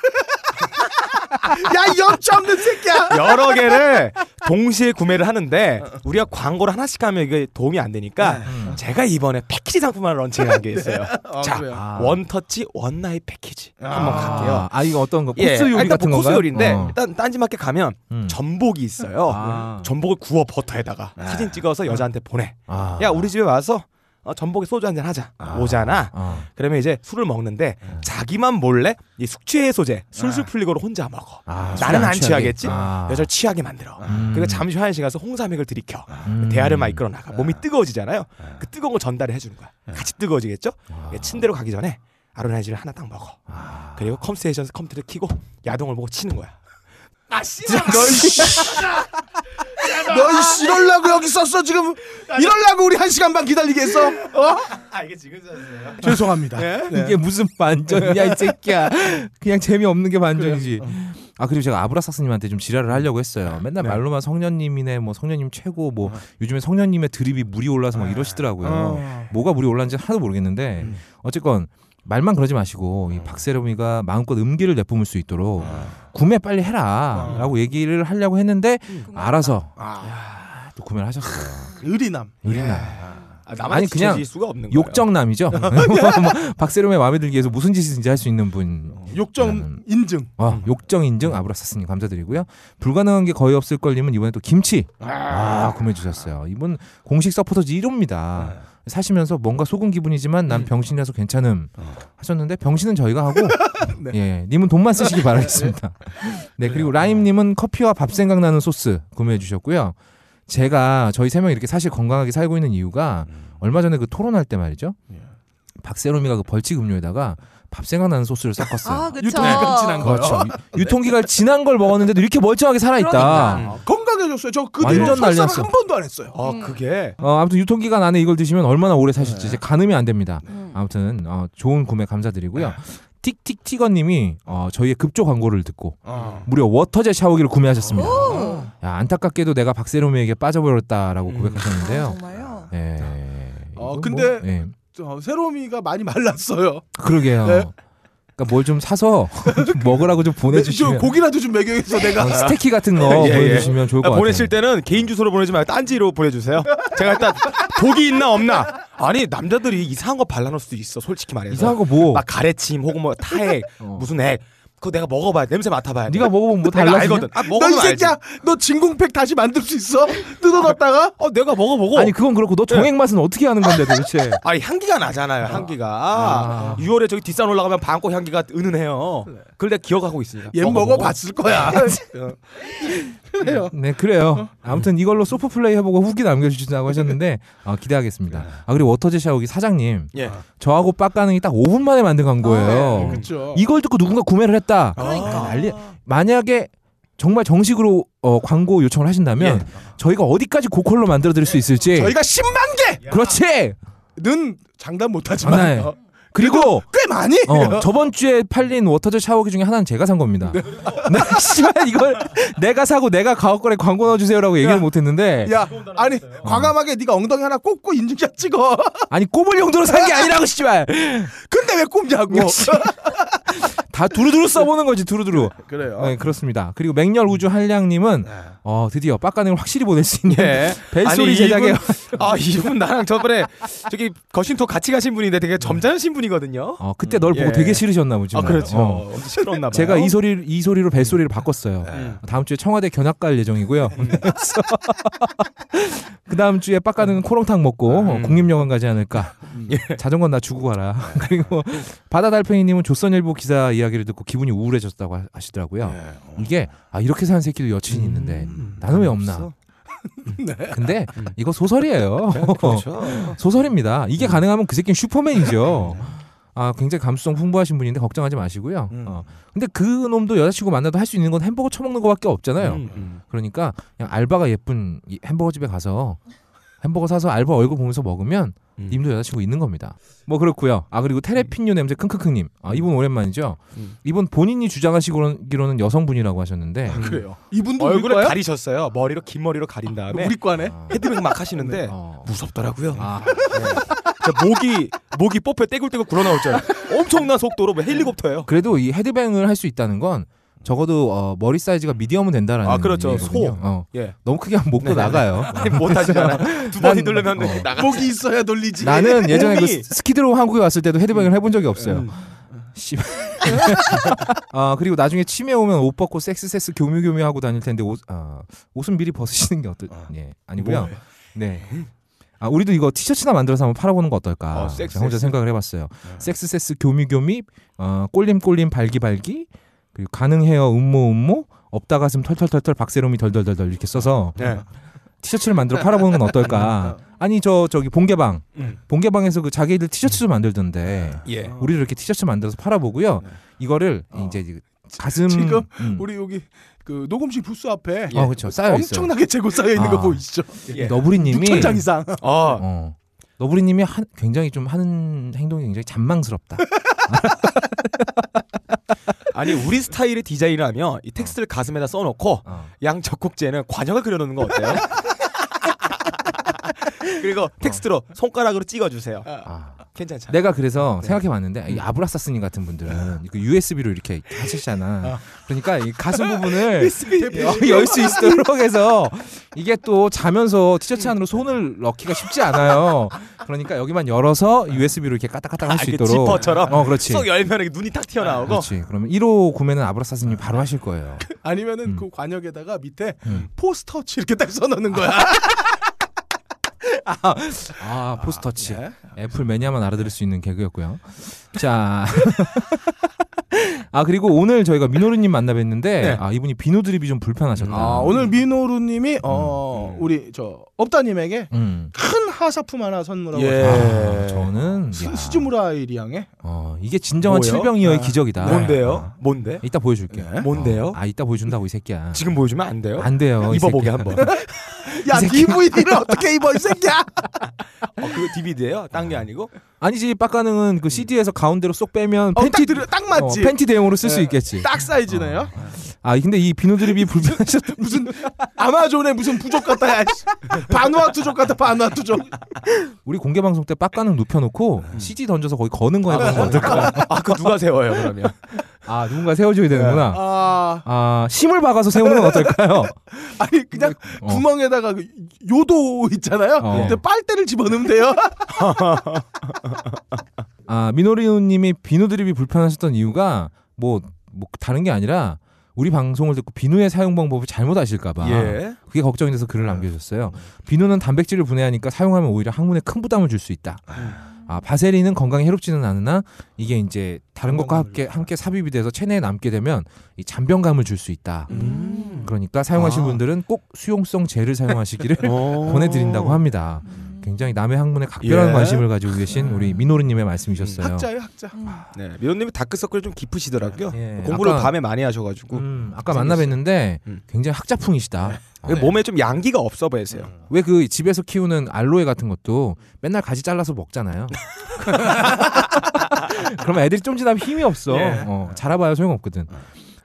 야, 아. 이 염치 없는 새끼야. 어, 여러 개를 동시에 구매를 하는데 우리가 광고를 하나씩 하면 이게 도움이 안 네. 되니까 음. 제가 이번에 패키지 상품을 런칭한 게 있어요. 자, 그래요? 아. 원터치 원나잇 패키지 한번 아. 갈게요. 아 이거 어떤 거? 코스 예, 요리 일단 같은 뭐 건가요? 코스 요리인데 어. 일단 딴지마켓 가면 음. 전복이 있어요. 아. 전복을 구워 버터에다가 사진 찍어서 여자한테 보내. 아. 야 우리 집에 와서 어, 전복에 소주 한잔 하자. 오잖아. 아. 그러면 이제 술을 먹는데 자기만 몰래 이 숙취 해소제 술술 풀리고로 혼자 먹어. 아, 술이 나는 안 안 취하게. 예. 취하겠지. 아. 여자를 취하게 만들어. 음. 그리고 잠시 후 한시에 가서 홍삼액을 들이켜. 그 음. 대화를 막 이끌어 나가. 몸이 뜨거워지잖아요. 그 뜨거운 걸 전달을 해주는 거야. 같이 뜨거워지겠죠? 예, 침대로 가기 전에 아로나이즈를 하나 딱 먹어. 그리고 컴스테이션에서 컴퓨터를 켜고 야동을 보고 치는 거야. 아 씨. 너 이럴라고 여기 썼어 지금. 이럴라고 우리 한 시간 반 기다리게 했어. 어? 아 이게 지금 잤어요. 죄송합니다. 네. 이게 무슨 반전이야 이 새끼야. 그냥 재미없는 게 반전이지. 아 그리고 제가 아브라삭스님한테 좀 지랄을 하려고 했어요. 맨날 말로만 성년님이네, 뭐 성년님 최고, 뭐 요즘에 성년님의 드립이 물이 올라서 막 이러시더라고요. 어. 뭐가 물이 올랐는지 하나도 모르겠는데 어쨌건 말만 그러지 마시고 이 박세롬이가 마음껏 음기를 내뿜을 수 있도록 구매 빨리 해라라고 얘기를 하려고 했는데 어. 알아서 아, 또 구매를 하셨어요. 의리남. 의리나 아, 나만 아니, 그냥 지켜질 수가 없는 거야. 욕정남이죠. 뭐, 박세롬의 마음에 들기 위해서 무슨 짓이든지 할 수 있는 분. 욕정 나는- 인증. 아, 욕정 인증 아브라사스님 감사드리고요. 불가능한 게 거의 없을 걸님은 이번에 또 김치 아 구매해 주셨어요. 이분 공식 서포터즈 1호입니다. 사시면서 뭔가 속은 기분이지만 난 병신이라서 괜찮음 하셨는데 병신은 저희가 하고 예 님은 돈만 쓰시기 바라겠습니다. 네 그리고 라임님은 커피와 밥 생각나는 소스 구매해 주셨고요. 제가 저희 세 명 이렇게 사실 건강하게 살고 있는 이유가 얼마 전에 그 토론할 때 말이죠. 박세롬이가 그 벌칙 음료에다가 밥 생각나는 소스를 섞었어요. 아, 그쵸. 유통기간 지난 거. 그렇죠. 유- 유통기간 지난 걸 먹었는데도 이렇게 멀쩡하게 살아있다. 음. 그러니까. 건강해졌어요. 저 그 뒤로 완전 설사를 난리났어. 한 번도 안 했어요. 음, 아 그게 어, 아무튼 유통기간 안에 이걸 드시면 얼마나 오래 사실지 이제 가늠이 안 됩니다. 음. 아무튼 어, 좋은 구매 감사드리고요. 틱틱티건님이 어, 저희의 급조 광고를 듣고 어. 무려 워터제 샤워기를 구매하셨습니다. 오. 야, 안타깝게도 내가 박세롬이에게 빠져버렸다라고 아, 고백하셨는데요. 정말요? 예. 어, 이거 근데- 뭐, 예. 저 세로미가 많이 말랐어요. 그러게요. 네. 그러니까 뭘 좀 사서 좀 먹으라고 좀 좀 보내주시면 고기라도 좀 먹여서 내가 어, 스테키 같은 거 예, 예. 보내주시면 좋을 것 같아요. 보내실 때는 개인 주소로 보내지 말고 딴지로 보내주세요. 제가 일단 독이 있나 없나? 아니 남자들이 이상한 거 발라놓을 수도 있어. 솔직히 말해서. 이상한 거 뭐? 막 가래침 혹은 뭐 타액 어. 무슨 액 그거 내가 먹어봐야 돼. 냄새 맡아봐야 돼. 네가 먹어보면 뭐 내가 달라지냐? 알거든. 아 너 이 먹으면 알지. 새끼야 너 진공팩 다시 만들 수 있어? 음. 뜯어놨다가 어 내가 먹어보고. 아니 그건 그렇고 너 정액 맛은 어떻게 하는 건데 도대체? 아니 향기가 나잖아요. 향기가. 6월에 저기 뒷산 올라가면 방콕 향기가 은은해요. 네. 그걸 내가 기억하고 있으니까. 얘 먹어보고. 먹어봤을 거야. 그래요. 네 그래요. 아무튼 이걸로 소프 플레이 해보고 후기 남겨주신다고 하셨는데 어, 기대하겠습니다. 아 그리고 워터제 샤워기 사장님 예. 저하고 빡가능이 딱 5분 만에 만든 광고예요. 그렇죠. 이걸 듣고 누군가 구매를 했다. 그러니까. 난리. 만약에 정말 정식으로 어, 광고 요청을 하신다면 저희가 어디까지 고퀄로 만들어드릴 수 있을지. 저희가 10만 그렇지. 개는 장난해. 장담 못하지만 어, 그리고 꽤 많이. 아, 네. 어, 저번 주에 팔린 워터제 샤워기 중에 하나는 제가 산 겁니다. 네, 씨발 이걸 내가 사고 내가 가옥걸에 광고 넣어주세요라고 얘기를 못했는데 야 아니 과감하게 네가 엉덩이 하나 꽂고 인증샷 찍어. 아니 꼽을 용도로 산 게 아니라고 씨발 뭐, 근데 왜 꼽냐고. 다 두루두루 써보는 거지 두루두루. 그래요. 네 그렇습니다. 그리고 맹렬 우주 한량님은 어 드디어 어, 빡가능을 확실히 보낼 수 있는 예. 벨소리 아니, 제작에 이분- 아 이분 나랑 저번에 저기 거신토 같이 가신 분인데 되게 점잖으신 분이거든요. 어, 그때 널 보고 예. 되게 싫으셨나 보지. 아 그렇죠. 어. 엄청 시끄럽나 봐요. 음. 네. 제가 이 소리 이 소리로 벨소리를 바꿨어요. 다음 주에 청와대 견학 갈 예정이고요. 그 다음 주에 빡가는 코롱탕 먹고 음. 어, 국립영화 가지 않을까. 예. 예. 자전거 나 주고 가라. 네. 그리고 바다 달팽이님은 조선일보 기사 이야기를 듣고 기분이 우울해졌다고 하- 네, 하시더라고요. 어. 이게 아 이렇게 사는 새끼도 음. 여친이 있는데 나는 왜 없나? 네. 근데 음. 이거 소설이에요. 그렇죠. 음. 소설입니다. 음. 이게 가능하면 그 새끼는 슈퍼맨이죠. 네. 아 굉장히 감수성 풍부하신 분인데 걱정하지 마시고요. 음. 어. 근데 그 놈도 여자친구 만나도 할 수 있는 건 햄버거 처먹는 거밖에 없잖아요. 음, 그러니까 그냥 알바가 예쁜 이 햄버거 집에 가서 햄버거 사서 알바 얼굴 보면서 먹으면 음. 님도 여자친구 있는 겁니다. 뭐 그렇고요. 아 그리고 테레핀유 냄새 킁킁킁님. 아 이분 오랜만이죠. 음. 이분 본인이 주장하시기로는 여성분이라고 하셨는데 음. 그래요. 음, 이분도 우리 얼굴을 거야? 가리셨어요. 머리로 긴 머리로 가린 다음에 우리 과네. 아, 헤드뱅 막 하시는데 어. 무섭더라고요. 아, 진짜 목이 목이 뽑혀 떼굴떼굴 굴어나올 줄 알아요. 엄청난 속도로 뭐 헬리콥터예요. 그래도 이 헤드뱅을 할 수 있다는 건 적어도 어, 머리 사이즈가 미디엄은 된다라는 아, 그렇죠. 얘기거든요. 소. 어. 예. 너무 크게 하면 목도 나가요. 아, 못하시잖아. 두 난- 번이 돌려면 어. 나가. 목이 있어야 돌리지. 나는 예전에 그 몸이- 스키드로 한국에 왔을 때도 헤드뱅을 해본 적이 없어요. 씨발. 아 그리고 나중에 치매 오면 옷 벗고 섹스 섹스 교묘 교묘 하고 다닐 텐데 옷 아, 옷은 미리 벗으시는 게 어떨? 예 아니고요. 네. 아 우리도 이거 티셔츠나 만들어서 한번 팔아보는 거 어떨까? 어, 섹스, 제가 혼자 섹스. 생각을 해봤어요. 섹스 섹스 교미 교미 어, 꼴림 꼴림 발기 발기 그리고 가능해요 음모 음모 없다 가슴 털털털털 박세롬이 덜덜덜덜 이렇게 써서 네. 티셔츠를 만들어 팔아보는 건 어떨까? 아니 저 저기 본개방 음. 본개방에서 그 자기들 티셔츠도 만들던데 네. 예. 우리도 이렇게 티셔츠 만들어서 팔아보고요. 이거를 이제 가슴 어. 지금 음. 우리 여기 그 녹음실 부스 앞에 어 그렇죠 쌓여 있어요. 엄청나게 재고 쌓여 있는 거 아. 보이시죠? 예. 너부리님이 6천 장 이상. 아 어. 너부리님이 한- 굉장히 좀 하는 행동이 굉장히 잔망스럽다. 아니 우리 스타일의 디자인을 하면 이 텍스트를 가슴에다 써놓고 어. 양 적국지에는 관역을 그려놓는 거 어때요? 그리고 텍스트로 손가락으로 어. 찍어주세요. 네, 아. 괜찮잖아. 내가 그래서 생각해봤는데 음. 이 아브라사스님 같은 분들은 그 USB로 이렇게 하시잖아. 그러니까 이 가슴 부분을 열 수 있도록 해서 이게 또 자면서 티셔츠 안으로 손을 넣기가 쉽지 않아요. 그러니까 여기만 열어서 USB로 이렇게 까딱까딱 할 수 이렇게 있도록. 아, 그 지퍼처럼? 어, 그렇지. 아, 그렇죠. 쏙 열면 이렇게 눈이 탁 튀어나오고 그렇지. 그러면 1호 구매는 아브라사스님 바로 하실 거예요. 아니면은 음. 그 관역에다가 밑에 그 음. 포스터치 이렇게 딱 써놓는 거야. 아 포스터치 네. 애플 매니아만 알아들을 수 있는 개그였고요. 자. 아 그리고 오늘 저희가 민호루님 만나뵀는데 네. 아 이분이 비누 드립이 좀 불편하셨다. 아, 오늘 민호루님이 어 우리 저 업다님에게 음. 큰 하사품 하나 선물하고 예. 왔어요. 아, 저는 야, 스- 스즈무라이 리양의 어, 이게 진정한 뭐요? 칠병이어의 기적이다. 뭔데요? 아, 뭔데? 이따 보여줄게. 예. 뭔데요? 어, 아 이따 보여준다고 이 새끼야. 지금 보여주면 안 돼요? 안 돼요. 이 입어보게 새끼야. 한번. 야 DVD를 어떻게 입어 이 새끼야? 어, 그거 DVD예요? 딴 게 아니고? 아니지 빡가능은 그 CD에서 가운데로 쏙 빼면 어, 팬티 딱 들어 딱 맞지. 어, 팬티 대용으로 쓸 수 네. 예. 있겠지. 딱 사이즈네요. 아 근데 이 비누 드립이 불편하셨다. 무슨 아마존의 무슨 부족 같다. 야, 씨. 바누아투족 같다. 바누아투족. 우리 공개 방송 때 빡가능 눕혀놓고 CD 던져서 거기 거는 거 해보는 거 어떨까? 아, 그 누가 세워요, 그러면? 아 누군가 네. 세워줘야 되는구나. 아 아 심을 박아서 세우는 건 어떨까요? 아니 그냥 어. 구멍에다가 그 요도 있잖아요. 어. 근데 빨대를 집어넣으면 돼요. 아 미노리우님이 비누 드립이 불편하셨던 이유가 뭐 뭐 다른 게 아니라 우리 방송을 듣고 비누의 사용 방법을 잘못 아실까봐 예. 그게 걱정이 돼서 글을 남겨줬어요. 비누는 단백질을 분해하니까 사용하면 오히려 항문에 큰 부담을 줄 수 있다. 아 바세린은 건강에 해롭지는 않으나 이게 이제 다른 것과 함께 함께 삽입이 돼서 체내에 남게 되면 이 잔병감을 줄 수 있다. 음. 그러니까 아. 사용하신 어. 분들은 꼭 수용성 젤을 사용하시기를 보내드린다고 합니다. 굉장히 남의 항문에 각별한 예. 관심을 가지고 계신 우리 민호르님의 말씀이셨어요. 학자예요 학자. 네, 미호님이 다크서클이 좀 깊으시더라고요. 뭐 예. 공부를 아까- 밤에 많이 하셔가지고 음, 아까 만나뵀는데 음. 굉장히 학자풍이시다. 그 몸에 좀 양기가 없어 보이세요. 왜 그 집에서 키우는 알로에 같은 것도 맨날 가지 잘라서 먹잖아요. 그러면 애들이 좀 지나면 힘이 없어. 예. 어, 자라봐야 소용없거든.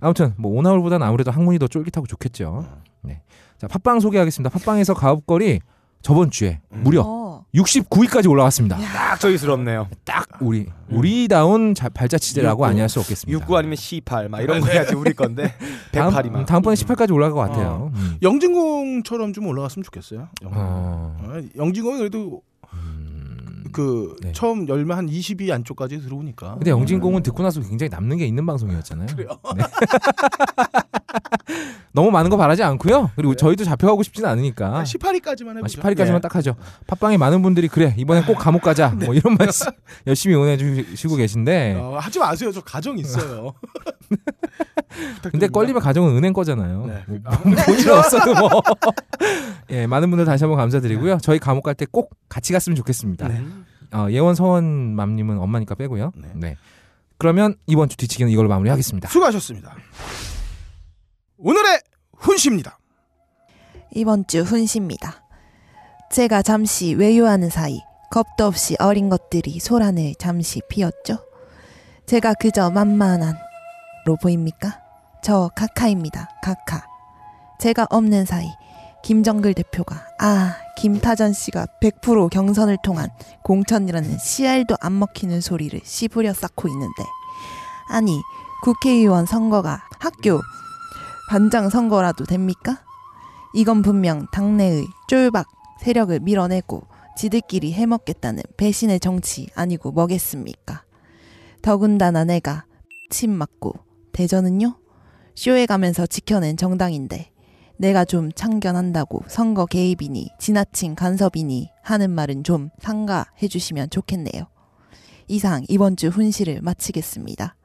아무튼 뭐 오나홀보단 아무래도 항문이 더 쫄깃하고 좋겠죠. 네. 자 팟빵 소개하겠습니다. 팟빵에서 가업거리 저번 주에 무려 어. 69위까지 올라왔습니다. 딱 저기스럽네요. 딱 우리 우리다운 자- 발자취제라고 음. 육구. 아니할 수 없겠습니다. 69 아니면 18, 막 이런 거 해야지 우리 건데. 108이만. 네. 어. 다음, 번에 18까지 올라갈 것 같아요. 음. 영진공처럼 좀 올라갔으면 좋겠어요. 영진공. 어, 어, 영진공이 그래도 음. 그 네. 처음 열면 한 20위 안쪽까지 들어오니까. 근데 영진공은 듣고 나서 굉장히 남는 게 있는 방송이었잖아요. 네. 너무 많은 거 바라지 않고요. 네. 그리고 저희도 잡혀가고 싶진 않으니까. 아, 18위까지만 아, 해보죠. 18위까지만 예. 딱 하죠. 팟빵에 많은 분들이 그래 이번엔 꼭 감옥 가자 네. 뭐 이런 말씀 열심히 응원해 주시고 계신데 어, 하지 마세요. 저 가정 있어요. 부탁드립니다. 근데 걸리면 가정은 은행 거잖아요. 음. 네. 뭐 아, 돈이 없어도 뭐. 예, 많은 분들 다시 한번 네. 감사드리고요. 저희 감옥 갈 때 꼭 같이 갔으면 좋겠습니다. 어, 예원 서원 맘님은 엄마니까 빼고요. 네. 아, 네. 그러면 이번 주 뒤치기는 이걸로 마무리하겠습니다. 수고하셨습니다. 오늘의 훈시입니다. 이번 주 훈시입니다. 제가 잠시 외유하는 사이 겁도 없이 어린 것들이 소란을 잠시 피웠죠. 제가 그저 만만한로 보입니까? 저 카카입니다. 카카. 제가 없는 사이 김정글 대표가 아 김타전 씨가 100% 경선을 통한 공천이라는 씨알도 안 먹히는 소리를 씹으려 쌓고 있는데 아니 국회의원 선거가 학교 반장 선거라도 됩니까? 이건 분명 당내의 쫄박 세력을 밀어내고 지들끼리 해먹겠다는 배신의 정치 아니고 뭐겠습니까? 더군다나 내가 침 맞고 대전은요? 쇼에 가면서 지켜낸 정당인데 내가 좀 참견한다고 선거 개입이니 지나친 간섭이니 하는 말은 좀 상가해 주시면 좋겠네요. 이상 이번 주 훈시를 마치겠습니다.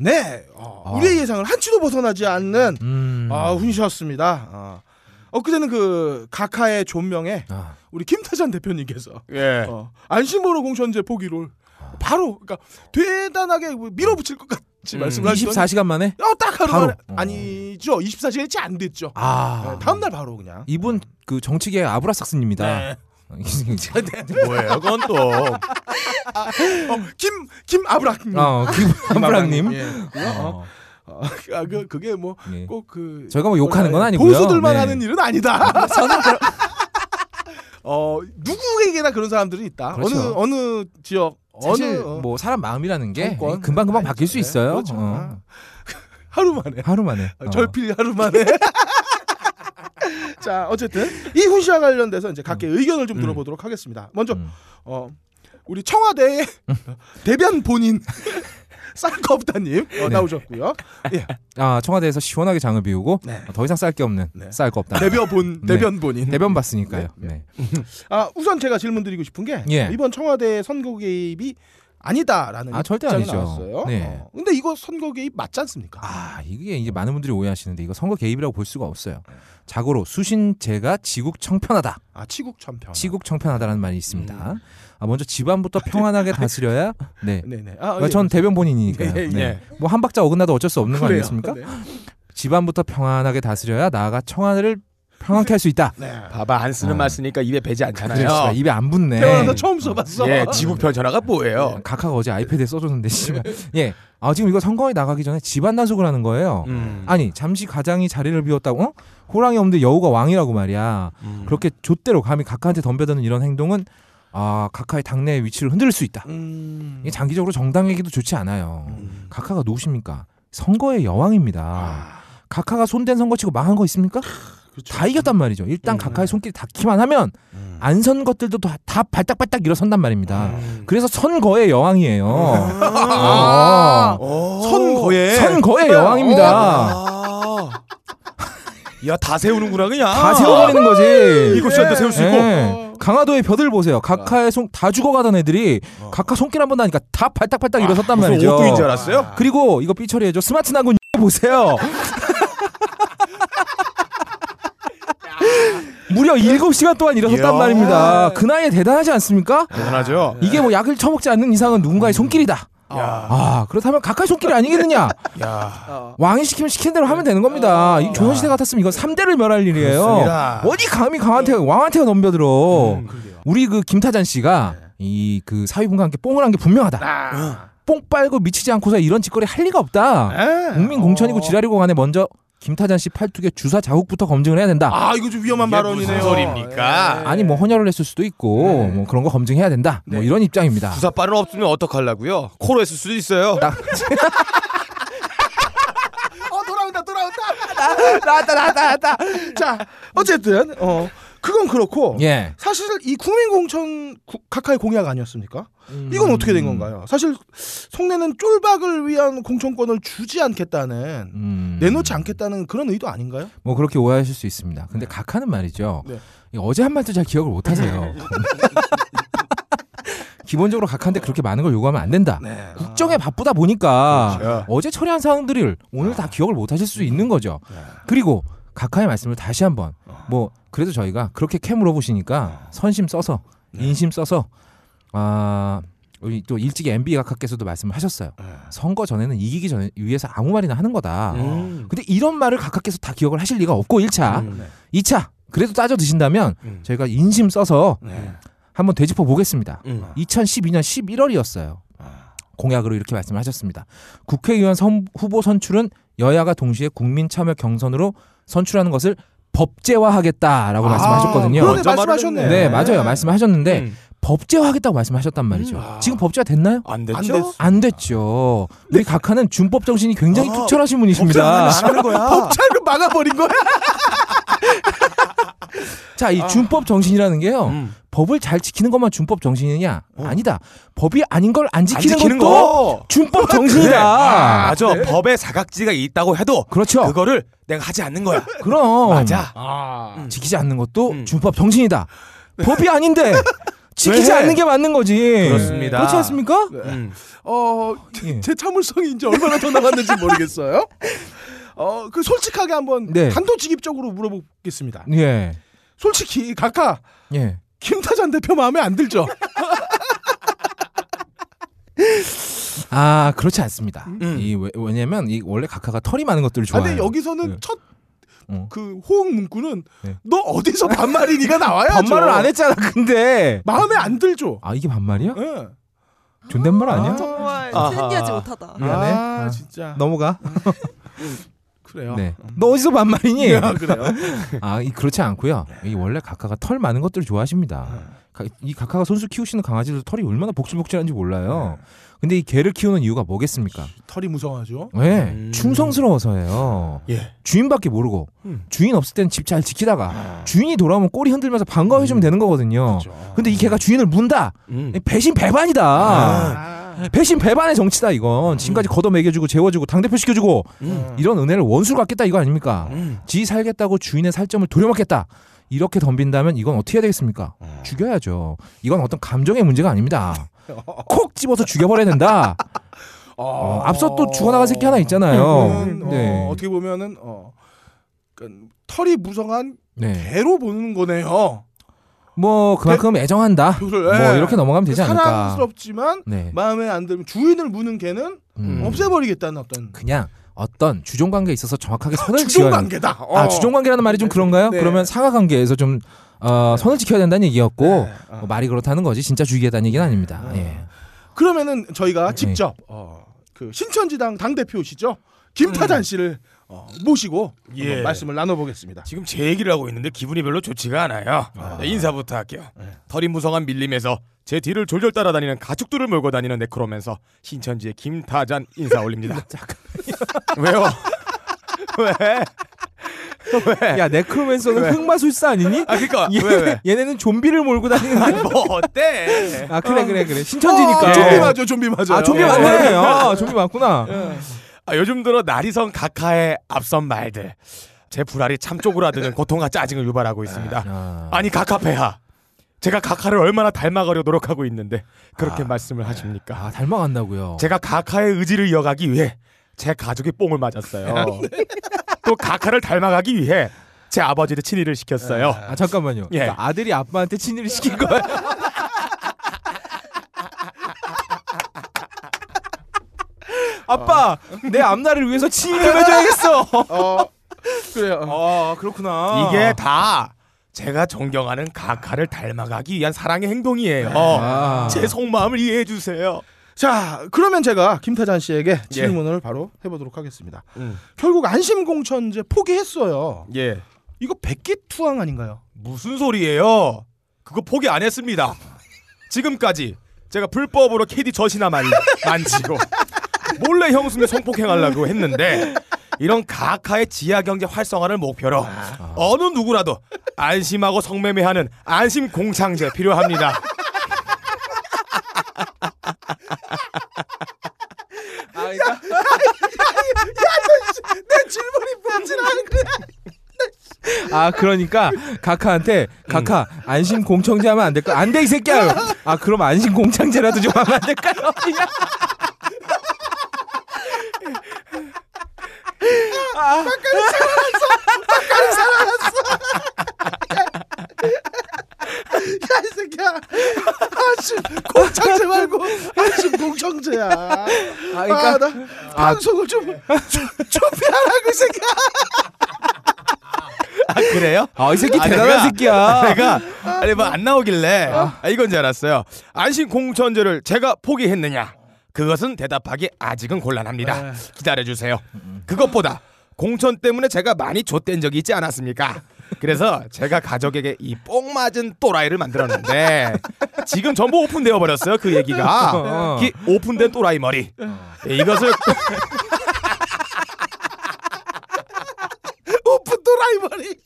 네, 어, 우리의 예상을 한치도 벗어나지 않는 아. 음. 아, 훈시였습니다. 어. 엊그제는 그 가카의 존명에 아. 네. 우리 김태전 대표님께서 예. 어, 안심으로 공천제 포기를 아. 바로 그러니까 대단하게 밀어붙일 것 같이 음. 말씀을 하시더니 24시간 만에 어, 딱 하루 바로. 만에 어. 아니죠. 24시간이 채 안 됐죠. 네, 아 다음 날 바로 그냥. 이분 그 정치계 네. 아브라삭스입니다. 어, 뭐예요? 그건 또 어, 김 김아브라님. 아 김한브랑님. 예. 어, 어, 아, 그 그게 예. 뭐 꼭 그 저희가 뭐 욕하는 건 아니고요. 보수들만 네. 뭐 하는 일은 아니다. 어, 누구에게나 그런 사람들이 있다. 그렇죠. 어느 어느 지역 사실 어느 어, 뭐 사람 마음이라는 게 정권. 금방 금방 아, 바뀔 수 네, 있어요. 그렇죠. 어. 아. 하루 만에 하루 만에. 어. 절필 하루 만에. 자, 어쨌든 이 훈시와 관련돼서 이제 각계 의 의견을 좀 들어보도록 하겠습니다. 먼저 음. 어, 우리 청와대의 대변 본인 쌀겁다님 네. 어, 나오셨고요. 예, 아 청와대에서 시원하게 장을 비우고 네. 더 이상 쌀 게 없는 네. 쌀 거 없다. 대변 본 네. 대변 본인. 대변 봤으니까요. 네. 네. 아 우선 제가 질문 드리고 싶은 게 예. 이번 청와대 선거 개입이 아니다라는 아, 절대 입장이 아니죠. 나왔어요. 네. 어, 근데 이거 선거 개입 맞지 않습니까? 아 이게 이제 많은 분들이 오해하시는데 이거 선거 개입이라고 볼 수가 없어요. 자고로 수신제가 지국 청편하다, 아 음. 치국 참편. 치국 청편하다라는 말이 있습니다. 아, 먼저 집안부터 평안하게 다스려야. 네. 네네. 아, 아, 전 대변 본인이니까요. 예, 예. 네. 뭐한 박자 어긋나도 어쩔 수 없는 거 그래요. 아니겠습니까? 네. 집안부터 평안하게 다스려야 나아가 청와대를 평안케 할 수 있다. 네. 봐봐 안 쓰는 어. 말 쓰니까 입에 배지 그랬어. 않잖아요. 입에 안 붙네. 태어나서 처음 써봤어. 예, 지구편 전화가 뭐예요? 각하가 어제 아이패드에 써줬는데 씨발. 예. 아 지금 이거 선거에 나가기 전에 집안 단속을 하는 거예요. 음. 아니 잠시 가장이 자리를 비웠다고? 어? 호랑이 없는데 여우가 왕이라고 말이야. 음. 그렇게 좆대로 감히 각하한테 덤벼드는 이런 행동은 아 각하의 당내의 위치를 흔들 수 있다. 음. 이게 장기적으로 정당에게도 좋지 않아요. 음. 각하가 누구십니까? 선거의 여왕입니다. 아. 각하가 손댄 선거치고 망한 거 있습니까? 그렇죠. 다 이겼단 말이죠. 일단 음. 각하의 손길이 닿기만 하면 음. 안 선 것들도 다, 다 발딱발딱 일어선단 말입니다. 음. 그래서 선거의 여왕이에요. 아. 어. 선거에 선거의 여왕입니다. 아. 야다 세우는구나 그냥. 다 세워버리는 거지. 아. 이거 시한테 세울 수 있고. 예. 강화도의 벼들 보세요. 각하의 손 다 죽어가던 애들이 각하 손길 한 번 나니까 다 발딱발딱 일어섰단 아, 무슨 말이죠. 오뚜인 줄 알았어요? 그리고 이거 삐처리해줘. 스마트 난군 보세요. 무려 7시간 동안 일어섰단 이야. 말입니다. 그 나이에 대단하지 않습니까? 아. 대단하죠. 이게 뭐 약을 처먹지 않는 이상은 음. 누군가의 손길이다. 아 그렇다면 각하의 손길이 아니겠느냐? 왕이 시키면 시키는 대로 하면 되는 겁니다. 이 조선시대 같았으면 이건 3대를 멸할 일이에요. 아, 그렇습니다. 음. 어디 감히 강한테 왕한테 넘겨들어. 우리 그 김타잔 씨가 네. 이 그 사위분과 함께 뽕을 한 게 분명하다. 뽕 빨고 미치지 않고서 이런 짓거리 할 리가 없다. 아. 국민 공천이고 지랄이고 간에 먼저 김타잔 씨 팔뚝에 주사 자국부터 검증을 해야 된다. 아 이거 좀 위험한 이게 발언이네요. 무슨 소리입니까? 아니 네. 뭐 헌혈을 했을 수도 있고 뭐 그런 거 검증해야 된다. 뭐 이런 입장입니다. 주사빨은 없으면 어떡하려고요? 코로 했을 수도 있어요. 어 돌아온다 돌아온다 나왔다 나왔다 나왔다. 자 어쨌든 어 그건 그렇고 예. 사실 이 국민공천 구- 카카의 공약 아니었습니까? 이건 어떻게 음. 된 건가요? 사실 속내는 쫄박을 위한 공천권을 주지 않겠다는 음. 내놓지 않겠다는 그런 의도 아닌가요? 뭐 그렇게 오해하실 수 있습니다. 근데 각하는 말이죠. 네. 이 어제 한 말도 잘 기억을 못 하세요. 기본적으로 각하한테 그렇게 많은 걸 요구하면 안 된다. 네. 국정에 바쁘다 보니까 어제 처리한 사항들을 오늘 다 기억을 못 하실 수 있는 거죠. 그리고 각하의 말씀을 다시 한번 뭐 그래도 저희가 그렇게 캐물어 보시니까 선심 써서 인심 써서 아 우리 또 일찍 MB 각하께서도 말씀을 하셨어요. 선거 전에는 이기기 전에 위해서 아무 말이나 하는 거다. 근데 이런 말을 각하께서 다 기억을 하실 리가 없고 1차, 음. 2차 그래도 따져 드신다면 음. 저희가 인심 써서 네. 한번 되짚어 보겠습니다. 음. 2012년 11월이었어요. 공약으로 이렇게 말씀을 하셨습니다. 국회의원 선- 후보 선출은 여야가 동시에 국민 참여 경선으로 선출하는 것을 법제화하겠다라고 말씀하셨거든요. 아, 그러네 먼저 말을 말씀하셨네. 네, 맞아요. 말씀하셨는데 아, 음. 법제화하겠다고 말씀하셨단 말이죠. 음, 아. 지금 법제화 됐나요? 안 안 됐죠? 됐어. 안 됐죠. 네. 우리 각하는 준법 정신이 굉장히 아, 투철하신 분이십니다. 하는 거야. 법찰로 막아버린 거야. 자, 이 준법 정신이라는 게요. 음. 법을 잘 지키는 것만 준법 정신이냐? 아니다. 법이 아닌 걸 안 지키는, 지키는 것도 거. 준법 그래. 정신이다. 맞아. 법에 사각지가 있다고 해도 그렇죠. 그거를 내가 하지 않는 거야. 음. 그럼 맞아. 지키지 않는 것도 음. 준법 정신이다. 법이 아닌데 지키지 왜? 않는 게 맞는 거지. 그렇습니다. 그렇지 않습니까? 네. 음. 어, 예. 제 참을성이 이제 얼마나 더 나갔는지 모르겠어요. 어, 그 솔직하게 한번 네. 단도직입적으로 물어보겠습니다. 예. 솔직히 각하 예. 김타전 대표 마음에 안 들죠? 아, 그렇지 않습니다. 음. 이 왜, 왜냐면 이 원래 각하가 털이 많은 것들을 아, 좋아해요. 근데 여기서는 네. 어. 첫 그 호응 문구는 네. 너 어디서 반말이니가 나와야죠. 반말을 안 했잖아, 근데. 마음에 안 들죠. 아, 이게 반말이야? 예. 존댓말 아니야? 정말 아하. 승리하지 못하다. 미안해. 아, 아. 진짜 넘어가. 그래요. 네. 너 어디서 반말이니? 아, 그래요. 아, 이 그렇지 않고요. 이 원래 각하가 털 많은 것들을 좋아하십니다. 가- 이 각하가 손수 키우시는 강아지들 털이 얼마나 복실복실한지 몰라요. 근데 이 개를 키우는 이유가 뭐겠습니까? 털이 무서워하죠. 네, 음. 충성스러워서예요. 예. 주인밖에 모르고 음. 주인 없을 땐 집 잘 지키다가 주인이 돌아오면 꼬리 흔들면서 반가워해 주면 되는 거거든요. 근데 이 개가 주인을 문다. 음. 배신 배반이다. 배신 배반의 정치다 이건. 지금까지 걷어먹여주고 재워주고 당대표 시켜주고 음. 이런 은혜를 원수로 갚겠다 이거 아닙니까? 음. 지 살겠다고 주인의 살점을 도려먹겠다. 이렇게 덤빈다면 이건 어떻게 해야 되겠습니까? 음. 죽여야죠. 이건 어떤 감정의 문제가 아닙니다. 콕 집어서 죽여버려야 된다. 어, 앞서 또 죽어나간 새끼 하나 있잖아요. 이거는, 어, 네. 어떻게 보면은 어, 그러니까 털이 무성한 네. 개로 보는 거네요. 뭐 그만큼 애정한다. 뭐 그거를, 예. 이렇게 넘어가면 되지 않을까. 사랑스럽지만 네. 마음에 어? 안 들면 주인을 무는 개는 음. 없애버리겠다는 어떤 그냥 어떤 주종 관계에 있어서 정확하게 선을 주종 지어야 관계다. 어. 아, 주종 관계라는 말이 좀 그런가요? 네. 그러면 상하 관계에서 좀 어, 선을 지켜야 된다는 얘기였고 네. 어. 뭐 말이 그렇다는 거지 진짜 주의하다는 얘기는 아닙니다. 예. 그러면은 네. 저희가 직접 어, 그 신천지당 당 대표시죠 음. 김타잔 씨를 어, 모시고 예. 한번 말씀을 나눠보겠습니다. 지금 제 얘기를 하고 있는데 기분이 별로 좋지가 않아요. 네, 인사부터 할게요. 털이 무성한 밀림에서 제 뒤를 졸졸 따라다니는 가축들을 몰고 다니는 네크로맨서 신천지의 김타잔 인사 올립니다. 왜요? 왜? 왜? 야 네크로맨서는 흑마술사 아니니? 아 그니까 얘, 왜 왜? 얘네는 좀비를 몰고 다니는데 뭐 어때? 아 그래 그래 그래 신천지니까 아, 좀비 예. 맞아, 좀비 맞아. 어. 네. 아 좀비 맞네 아 좀비 맞구나 아, 요즘 들어 나리성 각하의 앞선 말들 제 불알이 참 쪼그라드는 고통과 짜증을 유발하고 있습니다. 아, 아니 각하패하 제가 각하를 얼마나 닮아가려 노력하고 있는데 그렇게 말씀을 하십니까? 아 닮아간다고요 제가 각하의 의지를 이어가기 위해 제 가족이 뽕을 맞았어요. 또 각하를 닮아가기 위해 제 아버지를 친일을 시켰어요. 아 잠깐만요 예. 그러니까 아들이 아빠한테 친일을 시킨 거야 아빠 내 앞날을 위해서 친일 좀 해줘야겠어 어, 그래요. 어. 아 그렇구나 이게 다 제가 존경하는 각하를 닮아가기 위한 사랑의 행동이에요. 아. 제 속마음을 이해해 주세요. 자, 그러면 제가 김태잔 씨에게 예. 질문을 바로 해보도록 하겠습니다. 음. 결국 안심공천제 포기했어요. 예. 이거 백기투항 아닌가요? 무슨 소리예요? 그거 포기 안 했습니다. 지금까지 제가 불법으로 KD 젖이나 만, 만지고 몰래 형수님 성폭행하려고 했는데 이런 가카의 지하경제 활성화를 목표로 어느 누구라도 안심하고 성매매하는 안심공창제 필요합니다. 그러니까. 아 그러니까 카카한테 카카 안심 공청제 하면 안 될까? 안 돼 이 새끼야. 아 그럼 안심 공창제라도 좀 하면 안 될까요? 그냥. 야, 이 새끼야. 아씨, 공청제 말고 아씨 공청제야. 아, 그러니까- 나 방송을 좀 준비하라고 이 새끼야. 아 그래요? 아이 새끼 아, 대단한 내가- 새끼야. 내가 아니 뭐 안 나오길래 아, 이건 줄 알았어요. 안심 공천제를 제가 포기했느냐? 그것은 대답하기 아직은 곤란합니다. 기다려 주세요. 그것보다 공천 때문에 제가 많이 좆된 적이 있지 않았습니까? 그래서 제가 가족에게 이 뽕 맞은 또라이를 만들었는데 지금 전부 오픈되어 버렸어요 그 얘기가 어. 이 오픈된 또라이 머리 예, 이것을 오픈 도라이버리.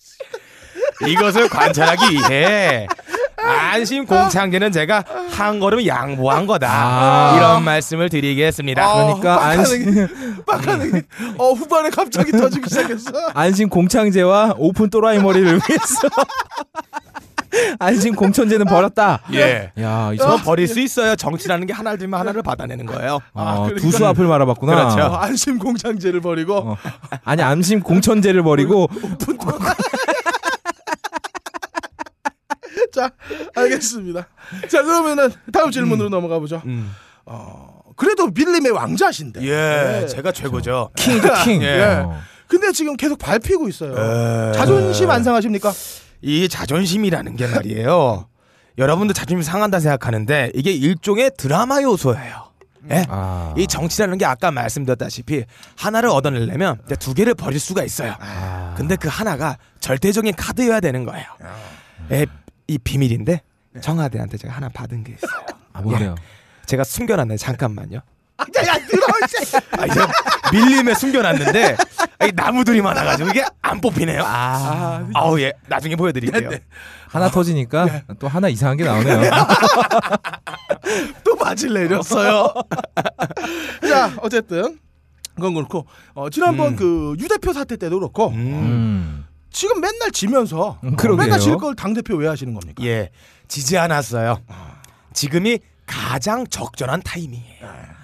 이것을 관찰하기 위해 안심 공창제는 제가 한 걸음 양보한 거다 아. 이런 말씀을 드리겠습니다. 어, 그러니까 안심 막하는 어 후반에 갑자기 터지기 시작했어. 안심 공창제와 오픈 또라이 머리를 위해서 안심 공천제는 버렸다. 예. 야, 이 저 버릴 수 있어요. 정치라는 게 하나를 들면 하나를 받아내는 거예요. 아, 그러니까- 두 수 앞을 말아봤구나. 그렇죠. 어, 안심 공창제를 버리고 어. 아니 안심 공천제를 버리고 오픈 도라이. 자, 알겠습니다. 자, 그러면은 다음 질문으로 넘어가 보죠. 어, 그래도 밀림의 왕자신데. 예, 네. 제가 최고죠. 킹이죠 킹. 예. 어. 근데 지금 계속 밟히고 있어요. 에. 자존심 안 상하십니까? 이 자존심이라는 게 말이에요. 여러분도 자존심 상한다 생각하는데 이게 일종의 드라마 요소예요. 예? 아. 이 정치라는 게 아까 말씀드렸다시피 하나를 얻어내려면 이제 두 개를 버릴 수가 있어요. 아. 근데 그 하나가 절대적인 카드여야 되는 거예요. 예, 이 비밀인데 네. 정하대한테 제가 하나 받은 게 있어요. 아 뭔데요? 제가 숨겨놨는데 잠깐만요. 아, 야야 들어 이제. 아, 이제 밀림에 숨겨놨는데 아, 이 나무들이 많아가지고 이게 안 뽑히네요. 아, 아우 예, 나중에 보여드릴게요. 네, 하나 터지니까 또 하나 이상한 게 나오네요. 또 바질 내렸어요. 자 어쨌든 그건 그렇고 어, 지난번 그 유대표 사태 때도 그렇고 음. 음. 지금 맨날 지면서 음, 그러게요. 맨날 질 걸 당 대표 왜 하시는 겁니까? 예, 지지 않았어요. 지금이 가장 적절한 타이밍이에요.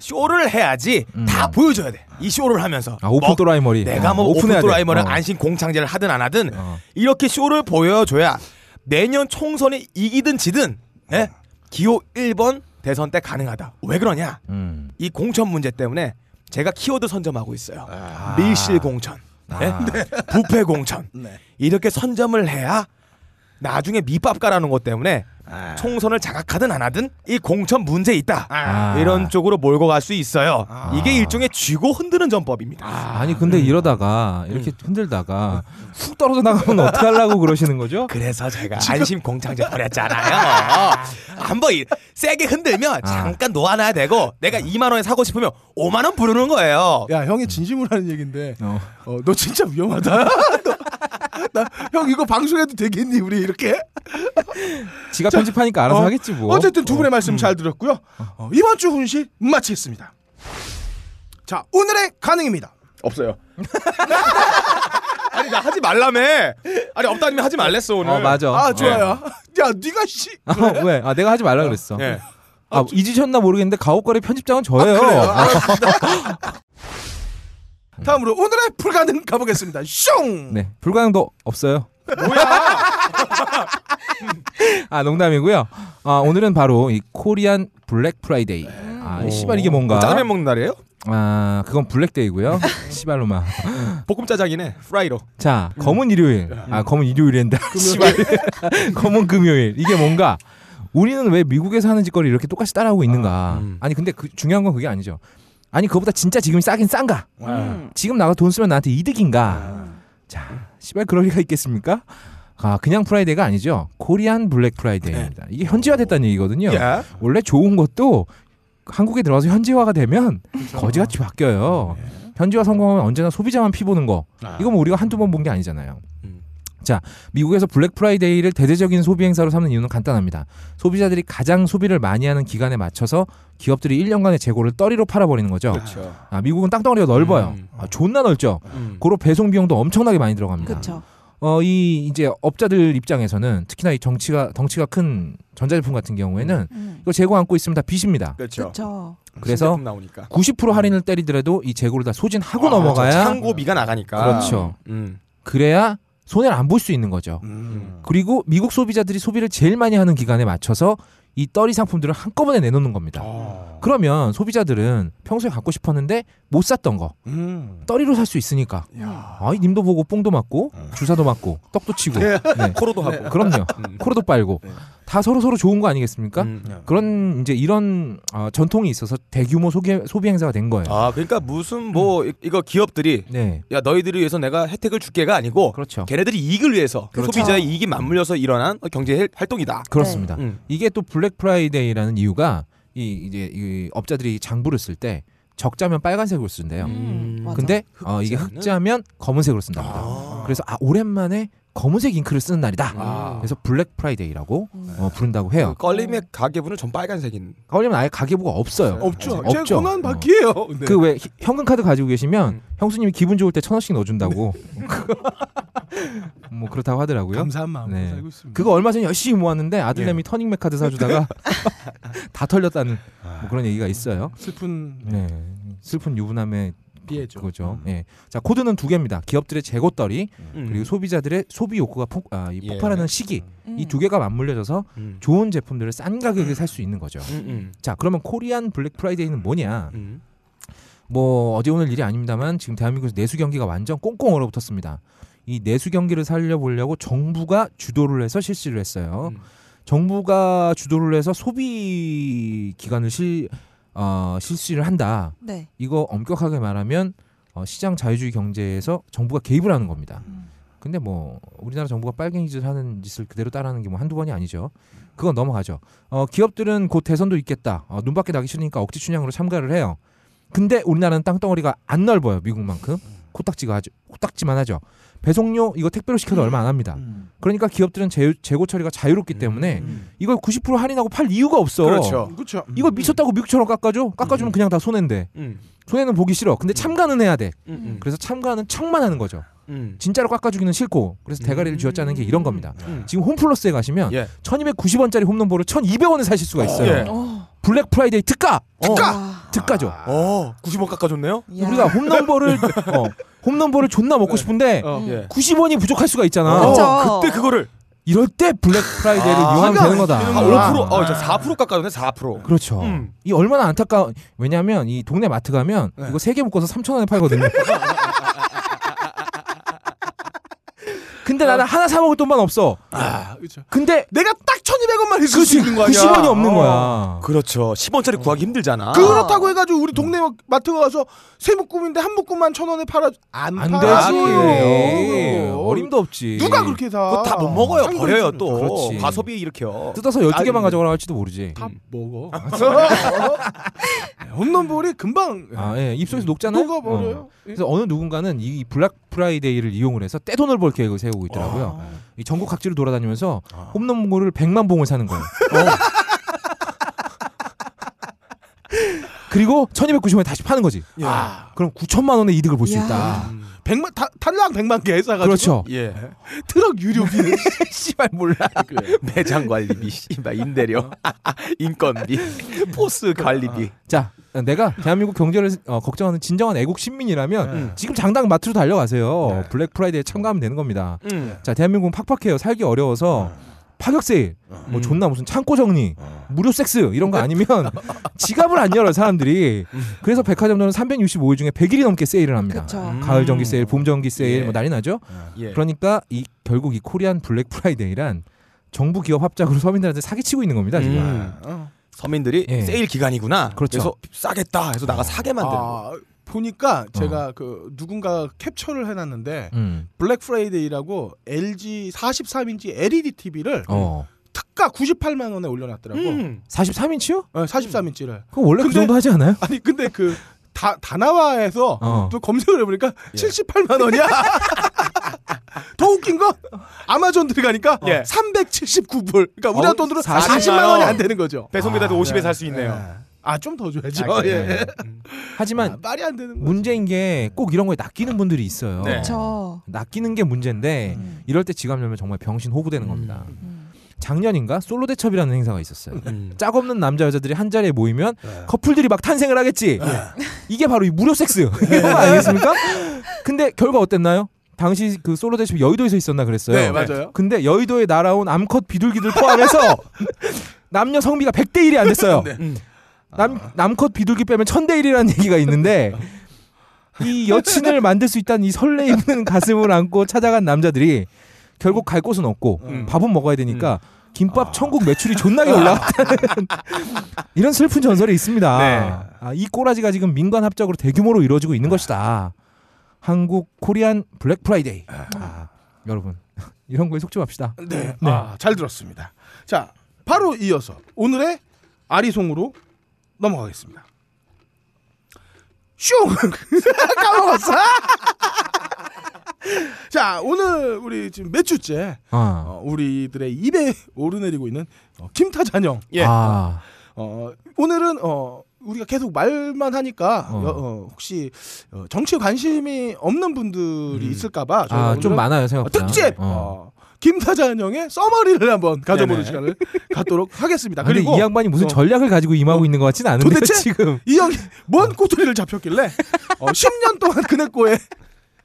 쇼를 해야지 다 보여줘야 돼. 이 쇼를 하면서 음. 아 오픈 먹- 또라이 머리. 내가 뭐 어, 오픈 오픈해야 돼. 또라이머를 어. 안심 공창제를 하든 안 하든 어. 이렇게 쇼를 보여줘야 내년 총선에 이기든 지든 예? 기호 1번 대선 때 가능하다. 왜 그러냐? 음. 이 공천 문제 때문에 제가 키워드 선점하고 있어요. 밀실 공천, 예? 부패 공천 네. 이렇게 선점을 해야 나중에 밑밥 가라는 것 때문에 아. 총선을 장악하든 안 하든 이 공천 문제 있다 아. 이런 쪽으로 몰고 갈 수 있어요. 이게 일종의 쥐고 흔드는 전법입니다. 아니 근데 이러다가 이렇게 흔들다가 훅 떨어져 나가면 어떡하려고 그러시는 거죠? 그래서 제가 안심 공창제 버렸잖아요. 한번 이- 세게 흔들면 잠깐 놓아놔야 되고 내가 2만 원에 사고 싶으면 5만 원 부르는 거예요. 야 형이 진심으로 하는 얘긴데 어. 어, 너 진짜 위험하다. 나형 이거 방송해도 되겠니 우리 이렇게? 지가 편집하니까 알아서 하겠지 뭐. 어쨌든 두 분의 말씀 잘 들었고요. 어, 이번 주 훈시 마치겠습니다. 자 오늘의 가능입니다. 없어요. 아니 나 하지 말라며. 아니 없다니면 하지 말랬어 오늘. 어 맞아. 아 좋아요. 야 네가 씨. 어. 아, 왜? 아 내가 하지 말라 그랬어. 예. 아, 잊으셨나 모르겠는데 가옥거래 편집장은 저예요. 아, 다음으로 오늘의 불가능 가보겠습니다. 숑. 어. 네 불가능도 없어요. 뭐야? 아 농담이고요. 아 오늘은 바로 이 코리안 블랙 프라이데이. 아 씨발 이게 뭔가? 뭐 짜장면 먹는 날이에요? 아 그건 블랙데이고요. 씨발로마. 볶음 짜장이네. 프라이로. 자 음. 검은 일요일 아 검은 일요일인데 씨발 검은 금요일 이게 뭔가 우리는 왜 미국에서 하는 짓거리 이렇게 똑같이 따라하고 있는가? 아, 음. 아니 근데 그 중요한 건 그게 아니죠. 아니 그거보다 진짜 지금이 싸긴 싼가? 음. 지금 나가 돈 쓰면 나한테 이득인가? 아. 자, 시발 그럴 리가 있겠습니까? 아, 그냥 프라이데이가 아니죠. 코리안 블랙 프라이데이입니다. 이게 현지화됐다는 얘기거든요. 네. 예. 원래 좋은 것도 한국에 들어와서 현지화가 되면 그렇죠. 거지같이 아. 바뀌어요. 네. 현지화 성공하면 언제나 소비자만 피보는 거. 이거 뭐 우리가 한두 번 본 게 아니잖아요. 아. 음. 자, 미국에서 블랙 프라이데이를 대대적인 소비 행사로 삼는 이유는 간단합니다. 소비자들이 가장 소비를 많이 하는 기간에 맞춰서 기업들이 1년간의 재고를 떨이로 팔아버리는 거죠. 그렇죠. 아, 미국은 땅덩어리가 넓어요. 음. 아, 존나 넓죠. 음. 그렇죠. 고로 배송 비용도 엄청나게 많이 들어갑니다. 그쵸. 어, 이 이제 업자들 입장에서는 특히나 이 정치가 덩치가 큰 전자제품 같은 경우에는 음. 이거 재고 안고 있으면 다 빚입니다. 그렇죠. 그쵸. 그래서 신제품 나오니까 90% 할인을 때리더라도 이 재고를 다 소진하고 넘어가야 음. 그렇죠. 창고비가 나가니까. 그렇죠. 음. 그래야 손해를 안 볼 수 있는 거죠. 음. 그리고 미국 소비자들이 소비를 제일 많이 하는 기간에 맞춰서 이 떨이 상품들을 한꺼번에 내놓는 겁니다. 어. 그러면 소비자들은 평소에 갖고 싶었는데 못 샀던 거 음. 떨이로 살 수 있으니까 야. 음. 아이 님도 보고 뽕도 맞고 주사도 맞고 떡도 치고 네. 코로도 하고. 그럼요 음. 코로도 빨고 네. 다 서로 서로 좋은 거 아니겠습니까? 음. 그런 이제 이런 어, 전통이 있어서 대규모 소비, 소비 행사가 된 거예요. 아 그러니까 무슨 음. 뭐 이- 이거 기업들이 네 야 너희들을 위해서 내가 혜택을 줄게가 아니고 그렇죠 걔네들이 이익을 위해서 그렇죠. 소비자의 이익이 맞물려서 일어난 경제 헬- 활동이다. 네. 그렇습니다. 음. 이게 또 블랙 프라이데이라는 이유가 이 이제 이 업자들이 장부를 쓸 때 적자면 빨간색으로 쓴대요. 음, 맞아. 근데 어, 이게 흑자는? 흑자면 검은색으로 쓴답니다. 그래서 아 오랜만에 검은색 잉크를 쓰는 날이다. 아. 그래서 블랙 프라이데이라고 음. 어, 부른다고 해요. 껄림의 그 가계부는 전 빨간색인. 그러면 아예 가계부가 없어요. 없죠. 네. 없죠. 제 권한 바퀴예요. 네. 그 왜 현금 카드 가지고 계시면 음. 형수님이 기분 좋을 때 천 원씩 넣어준다고 뭐 그렇다고 하더라고요. 감사한 마음으로 네. 살고 있습니다. 그거 얼마 전에 열심히 모았는데 아들내미 예. 터닝맥 카드 사주다가 다 털렸다는 아. 뭐 그런 얘기가 있어요. 슬픈 네. 슬픈 유부남의 피해죠. 그거죠. 예. 자 코드는 두 개입니다. 기업들의 재고떨이 그리고 소비자들의 소비 욕구가 폭, 아, 이 음. 예. 폭발하는 시기 음. 이 두 개가 맞물려져서 음. 좋은 제품들을 싼 가격에 살 수 있는 거죠. 음, 자 그러면 코리안 블랙 프라이데이는 뭐냐? 음, 음. 뭐 어제 오늘 일이 아닙니다만 지금 대한민국에서 내수 경기가 완전 꽁꽁 얼어붙었습니다. 이 내수 경기를 살려보려고 정부가 주도를 해서 실시를 했어요. 음. 정부가 주도를 해서 소비 기간을 실 어, 실시를 한다. 네. 이거 엄격하게 말하면 어, 시장 자유주의 경제에서 정부가 개입을 하는 겁니다. 음. 근데 뭐 우리나라 정부가 빨갱이 짓 하는 짓을 그대로 따라하는 게 뭐 한두 번이 아니죠. 그건 넘어가죠. 어, 기업들은 곧 대선도 있겠다. 어, 눈밖에 나기 싫으니까 억지 춘향으로 참가를 해요. 근데 우리나라는 땅덩어리가 안 넓어요. 미국만큼. 코딱지가 아주 코딱지만 하죠. 배송료 이거 택배로 시켜도 얼마 안 합니다. 음. 그러니까 기업들은 재, 재고 처리가 자유롭기 때문에 이걸 90% 할인하고 팔 이유가 없어. 그렇죠. 그렇죠. 음. 이거 미쳤다고 미국처럼 깎아줘? 깎아주면 그냥 다 손해인데. 음, 손해는 보기 싫어. 근데 참가는 해야 돼. 음, 음, 그래서 참가는 척만 하는 거죠. 음. 진짜로 깎아주기는 싫고. 그래서 음. 대가리를 쥐어짜는 게 이런 겁니다. 음. 지금 홈플러스에 가시면 예. 1290원짜리 홈런볼을 1200원에 사실 수가 있어요. 예. 어. 블랙 프라이데이 특가. 어, 와. 특가죠. 어, 90원 깎아줬네요. 야. 우리가 홈런볼을 어, 홈런볼을 존나 먹고 싶은데 어, 예. 90원이 부족할 수가 있잖아. 그쵸. 어, 그때 그거를 이럴 때 블랙 프라이데이를 아, 이용하면 되는 거다. 아, 5%, 어, 저 4% 깎아줬네. 4%. 그렇죠. 음. 이 얼마나 안타까 왜냐하면 이 동네 마트 가면 이거 세 개 묶어서 3천 원에 팔거든요. 근데 나는 하나 사 먹을 돈만 없어. 아, 그렇죠. 근데 내가 딱 1,200원만 있을 수 그치 있는 거 아니야. 90원이 없는 어. 거야. 그렇죠. 10원짜리 구하기 힘들잖아. 그렇다고 해가지고 우리 동네 마트 가서 세 묶음인데 한 묶음만 천 원에 팔아 안, 안 팔아요. 되지. 그거. 어림도 없지. 누가 그렇게 사? 그거 다 못 먹어요. 한 버려요 그릇을. 또. 그렇지. 과소비 일으켜. 뜯어서 1 2 개만 아, 가져가라 할지도 모르지. 다 먹어. 음. 홈런볼이 금방 음. 아 예, 입속에서 녹잖아요. 녹아 버려요. 어. 그래서 어느 누군가는 이 블랙 프라이데이를 이용을 해서 떼돈을 벌 계획을 세우고 있더라고요. 아. 이 전국 각지를 돌아다니면서 홈런볼을 100만 봉을 사는 거예요. 어. 그리고 1290원에 다시 파는 거지. 아. 그럼 9천만 원의 이득을 볼 수 야. 있다. 예. 백만 다, 탈락 백만 개 사가지고 그렇죠. 음. 예. 트럭 유료비 씨발 몰라. 매장 관리비, 씨발 임대료, 인건비, 포스 관리비. 자, 내가 대한민국 경제를 어, 걱정하는 진정한 애국 신민이라면 네. 음. 지금 당장 마트로 달려가세요. 블랙 프라이데이에 참가하면 되는 겁니다. 음. 자, 대한민국은 팍팍해요. 살기 어려워서 네. 파격 세일, 뭐 음. 존나 무슨 창고 정리, 무료 섹스 이런 거 아니면 지갑을 안 열어요 사람들이. 그래서 백화점들은 365일 중에 100일이 넘게 세일을 합니다. 그쵸. 음. 가을 정기 세일, 봄 정기 세일 예. 뭐 난리 나죠. 예. 그러니까 이 결국 이 코리안 블랙 프라이데이란 정부 기업 합작으로 서민들한테 사기치고 있는 겁니다 지금. 예. 음. 서민들이 예. 세일 기간이구나. 그렇죠. 그래서 싸겠다 해서 나가 사게 만드는 거. 아, 보니까 어. 제가 그 누군가 캡처를 해놨는데 음. 블랙 프라이데이라고 LG 43인치 LED TV를 어. 특가 98만 원에 올려놨더라고. 음. 43인치요? 어, 43인치를. 그럼 원래 그 근데- 정도 하지 않아요? 아니 근데 그 다, 다나와에서 어. 또 검색을 해보니까 78만 원이야. 더 웃긴 건 아마존 들어가니까 예. 379불. 그러니까 우리나라 어우, 돈으로 40만 40만 원이 안 되는 거죠. 배송비라도 50에 살 수 있네요. 아 좀 더 줘야죠. 아, 예. 네. 음. 아, 하지만 말이 안 되는 거. 문제인 게 꼭 이런 거에 낚이는 분들이 있어요. 네. 저. 낚이는 게 문제인데 음. 이럴 때 지갑열면 정말 병신 호구되는 겁니다. 음. 작년인가 솔로 대첩이라는 행사가 있었어요. 음. 짝 없는 남자 여자들이 한 자리에 모이면 커플들이 막 탄생을 하겠지. 이게 바로 이 무료 섹스 이거 아니겠습니까? 근데 결과 어땠나요? 당시 그 솔로 대첩이 여의도에서 있었나 그랬어요. 네 맞아요. 근데 여의도에 날아온 암컷 비둘기들 포함해서 남녀 성비가 100대 1이 안 됐어요. 음. 남 남컷 비둘기 빼면 1000대 1이라는 얘기가 있는데 이 여친을 만들 수 있다는 이 설레이는 가슴을 안고 찾아간 남자들이 결국 갈 곳은 없고 음. 밥은 먹어야 되니까 김밥 천국 매출이 존나게 올라갔다는 이런 슬픈 전설이 있습니다. 네. 아, 이 꼬라지가 지금 민관 합작으로 대규모로 이루어지고 있는 것이다. 한국 코리안 블랙 프라이데이. 아, 여러분 이런 거에 속지 맙시다. 네. 아, 잘 들었습니다. 자 바로 이어서 오늘의 아리송으로 넘어가겠습니다. 슝 까먹었어. 자 오늘 우리 지금 몇 주째 아, 어, 우리들의 입에 오르내리고 있는 어, 김타 잔영. 예. 아, 어, 오늘은 어, 우리가 계속 말만 하니까 어. 여- 어, 혹시 어, 정치에 관심이 없는 분들이 음. 있을까봐 저희가 아, 좀 오늘은 많아요 어, 생각보다. 특집 어. 어, 김타잔영의 써머리를 한번 가져보는 네네. 시간을 갖도록 하겠습니다. 아, 근데 그리고 이 양반이 무슨 어. 전략을 가지고 임하고 있는 것 같진 않은데 도대체? 지금. 이 형이 뭔 꼬투리를 잡혔길래 어, 10년 동안 그네꼬에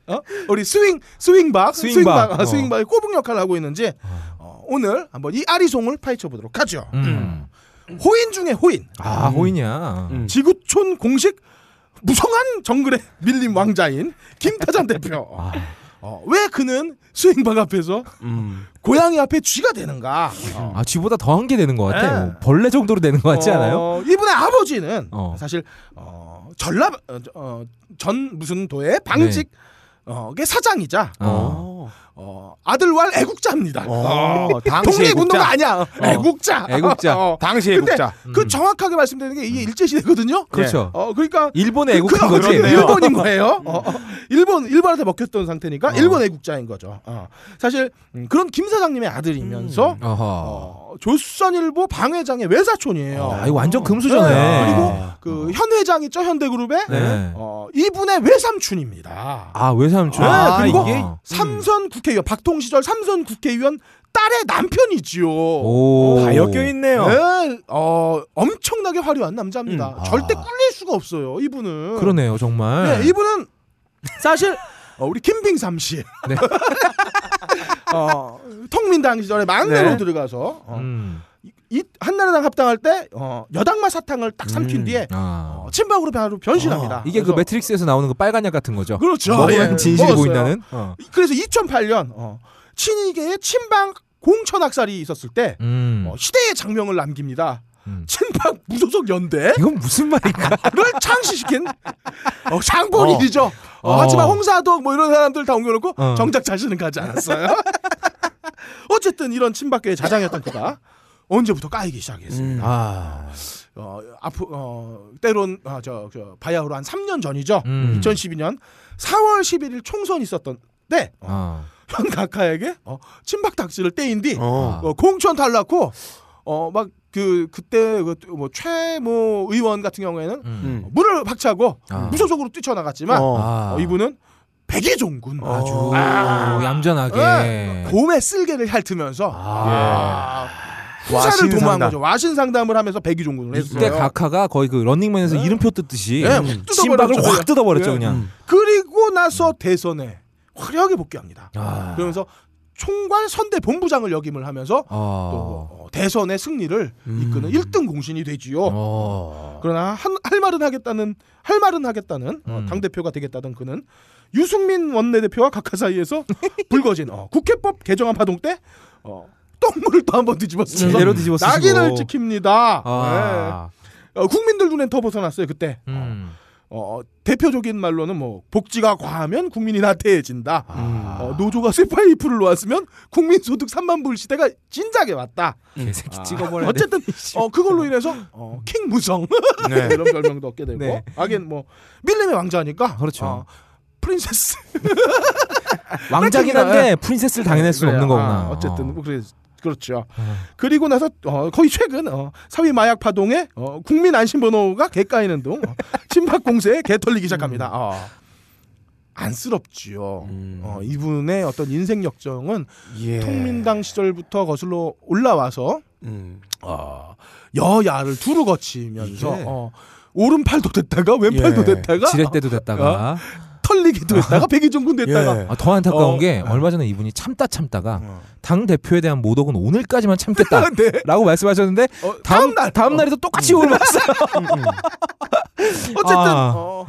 어? 우리 스윙 스윙박 스윙박. 스윙박 어. 아, 스윙박의 꼬북 역할을 하고 있는지 어, 오늘 한번 이 아리송을 파헤쳐 보도록 하죠. 음. 호인 중에 호인 아 호인이야. 음. 지구촌 공식 무성한 정글의 밀림 왕자인 김타잔 대표. 아. 어, 왜 그는 스윙박 앞에서 음. 고양이 앞에 쥐가 되는가? 어. 아 쥐보다 더한 게 되는 것 같아. 네. 뭐 벌레 정도로 되는 것 같지 않아요? 어, 이분의 아버지는 어. 사실 어, 전라 어, 어, 전 무슨 도의 네. 방직 어, 게 사장이자 어. 어, 아들왈 애국자입니다. 어, 당시의 국자. 독립운동가 아니야. 애국자. 어, 애국자. 음. 어. 당시의 근데 국자. 그 정확하게 말씀드리는 게 이게 일제 시대거든요. 그렇죠. 어, 그러니까 일본의 애국한 그- 거지. 그렇네요. 일본- 일본인 거예요. 어, 어. 일본 일본한테 먹혔던 어. 상태니까 일본 애국자인 거죠. 어. 사실 음, 그런 김 사장님의 아들이면서 음. 어허. 어, 조선일보 방회장의 외사촌이에요. 아 이거 완전 네. 금수저네. 아. 그리고 그 현 회장 있죠 현대그룹의 네. 어, 이분의 외삼촌입니다. 아 어. 외삼촌. 아, 그리고 이게 음. 삼선 국회의원 박통 시절 삼선 국회의원 딸의 남편이지요. 오. 다 엮여 있네요. 네, 어, 엄청나게 화려한 남자입니다. 음. 절대 아. 꿀릴 수가 없어요, 이분은. 그러네요 정말. 네, 이분은 사실 어, 우리 김빙삼 씨. 네. 어, 통민당 시절에 막내로 네. 들어가서 어, 음. 이- 이 한나라당 합당할 때 어, 여당마 사탕을 딱 삼킨 음. 뒤에 아. 어, 친박으로 바로 변신합니다. 이게 그 그래서- 매트릭스에서 나오는 그 빨간 약 같은 거죠. 그렇죠. 먹으면 예, 진실이 먹었어요. 보인다는. 어. 그래서 2008년 어, 친이계의 친방 공천 학살이 있었을 때 음. 어, 시대의 장명을 남깁니다. 음. 친박 무소속 연대를 이건 무슨 말인가? 창시시킨 어, 장본인이죠. 어, 어. 하지만 홍사덕 뭐 이런 사람들 다 옮겨놓고 어. 정작 자신은 가지 않았어요. 어쨌든 이런 친박계의 자장이었던 그가 언제부터 까이기 시작했습니다. 음. 아. 어, 앞으 어, 때론 아, 저, 저 바야흐로 한 3년 전이죠. 음. 2012년 4월 11일 총선이 있었던 때 아. 현 각하에게 어, 친박 닥치를 떼인 뒤 어. 어, 공천 탈락고 어막 그 그때 그뭐 최모 의원 같은 경우에는 음. 물을 박차고 아. 무소속으로 뛰쳐나갔지만 어. 아. 이분은 백의종군 아주 아. 얌전하게. 예. 네. 곰의 쓸개를 핥으면서 아. 후사를 와신상담. 도모한 거죠 와신 상담을 하면서 백의종군을 했어요. 네. 이때 각하가 거의 그 런닝맨에서 이름표 뜯듯이 예, 확 뜯어버렸죠. 심박을 확 뜯어버렸죠 예. 그냥. 그리고 나서 대선에 화려하게 복귀합니다. 아. 그러면서 총괄 선대 본부장을 역임을 하면서 또 어. 음. 어, 대선의 승리를 이끄는 1등 공신이 되지요. 어. 그러나 한, 할 말은 하겠다는 할 말은 하겠다는 어, 음. 당 대표가 되겠다던 그는 유승민 원내대표와 각하 사이에서 불거진 어, 국회법 개정안 파동 때 어, 또 똥물을 또 한번 뒤집었으면서 제대로 뒤집어 쓰시고. 낙인을 찍힙니다. 아, 네. 어, 국민들 눈엔 더 벗어났어요 그때. 음. 어, 대표적인 말로는 뭐 복지가 과하면 국민이 나태해진다. 아. 어, 노조가 쇠파이프를 놓았으면 국민소득 3만 불 시대가 진작에 왔다. 음. 개새끼 아, 찍어버려. 어쨌든 어, 그걸로 인해서 어, 킹 무성 음. 네. 이런 별명도 얻게 되고 음. 네. 하긴 뭐 밀림의 왕자니까 그렇죠. 어, 프린세스 왕자긴 한데 프린세스를 어, 당해낼 수는 없는 그래요. 거구나. 아, 어쨌든 뭐 그래- 그렇죠. 어. 그리고 나서 어, 거의 최근 어, 사회 마약 파동에 어, 국민 안심번호가 개까이는 둥 어, 친박 공세에 개털리기 음. 시작합니다. 어. 안쓰럽지요. 어, 이분의 어떤 인생 역정은 예. 통민당 시절부터 거슬러 올라와서 음. 어, 여야를 두루 거치면서 이게- 어, 오른팔도 됐다가 왼팔도 예. 됐다가 어. 지렛대도 됐다가 털리기도 했다가 백의종군 됐다가 예. 아, 더 안타까운 어. 게 얼마 전에 이분이 참다 참다가 당 대표에 대한 모독은 오늘까지만 참겠다라고 네. 말씀하셨는데 어, 다음 다음 날 다음 날에도 똑같이 올랐어요. 어쨌든 아. 어,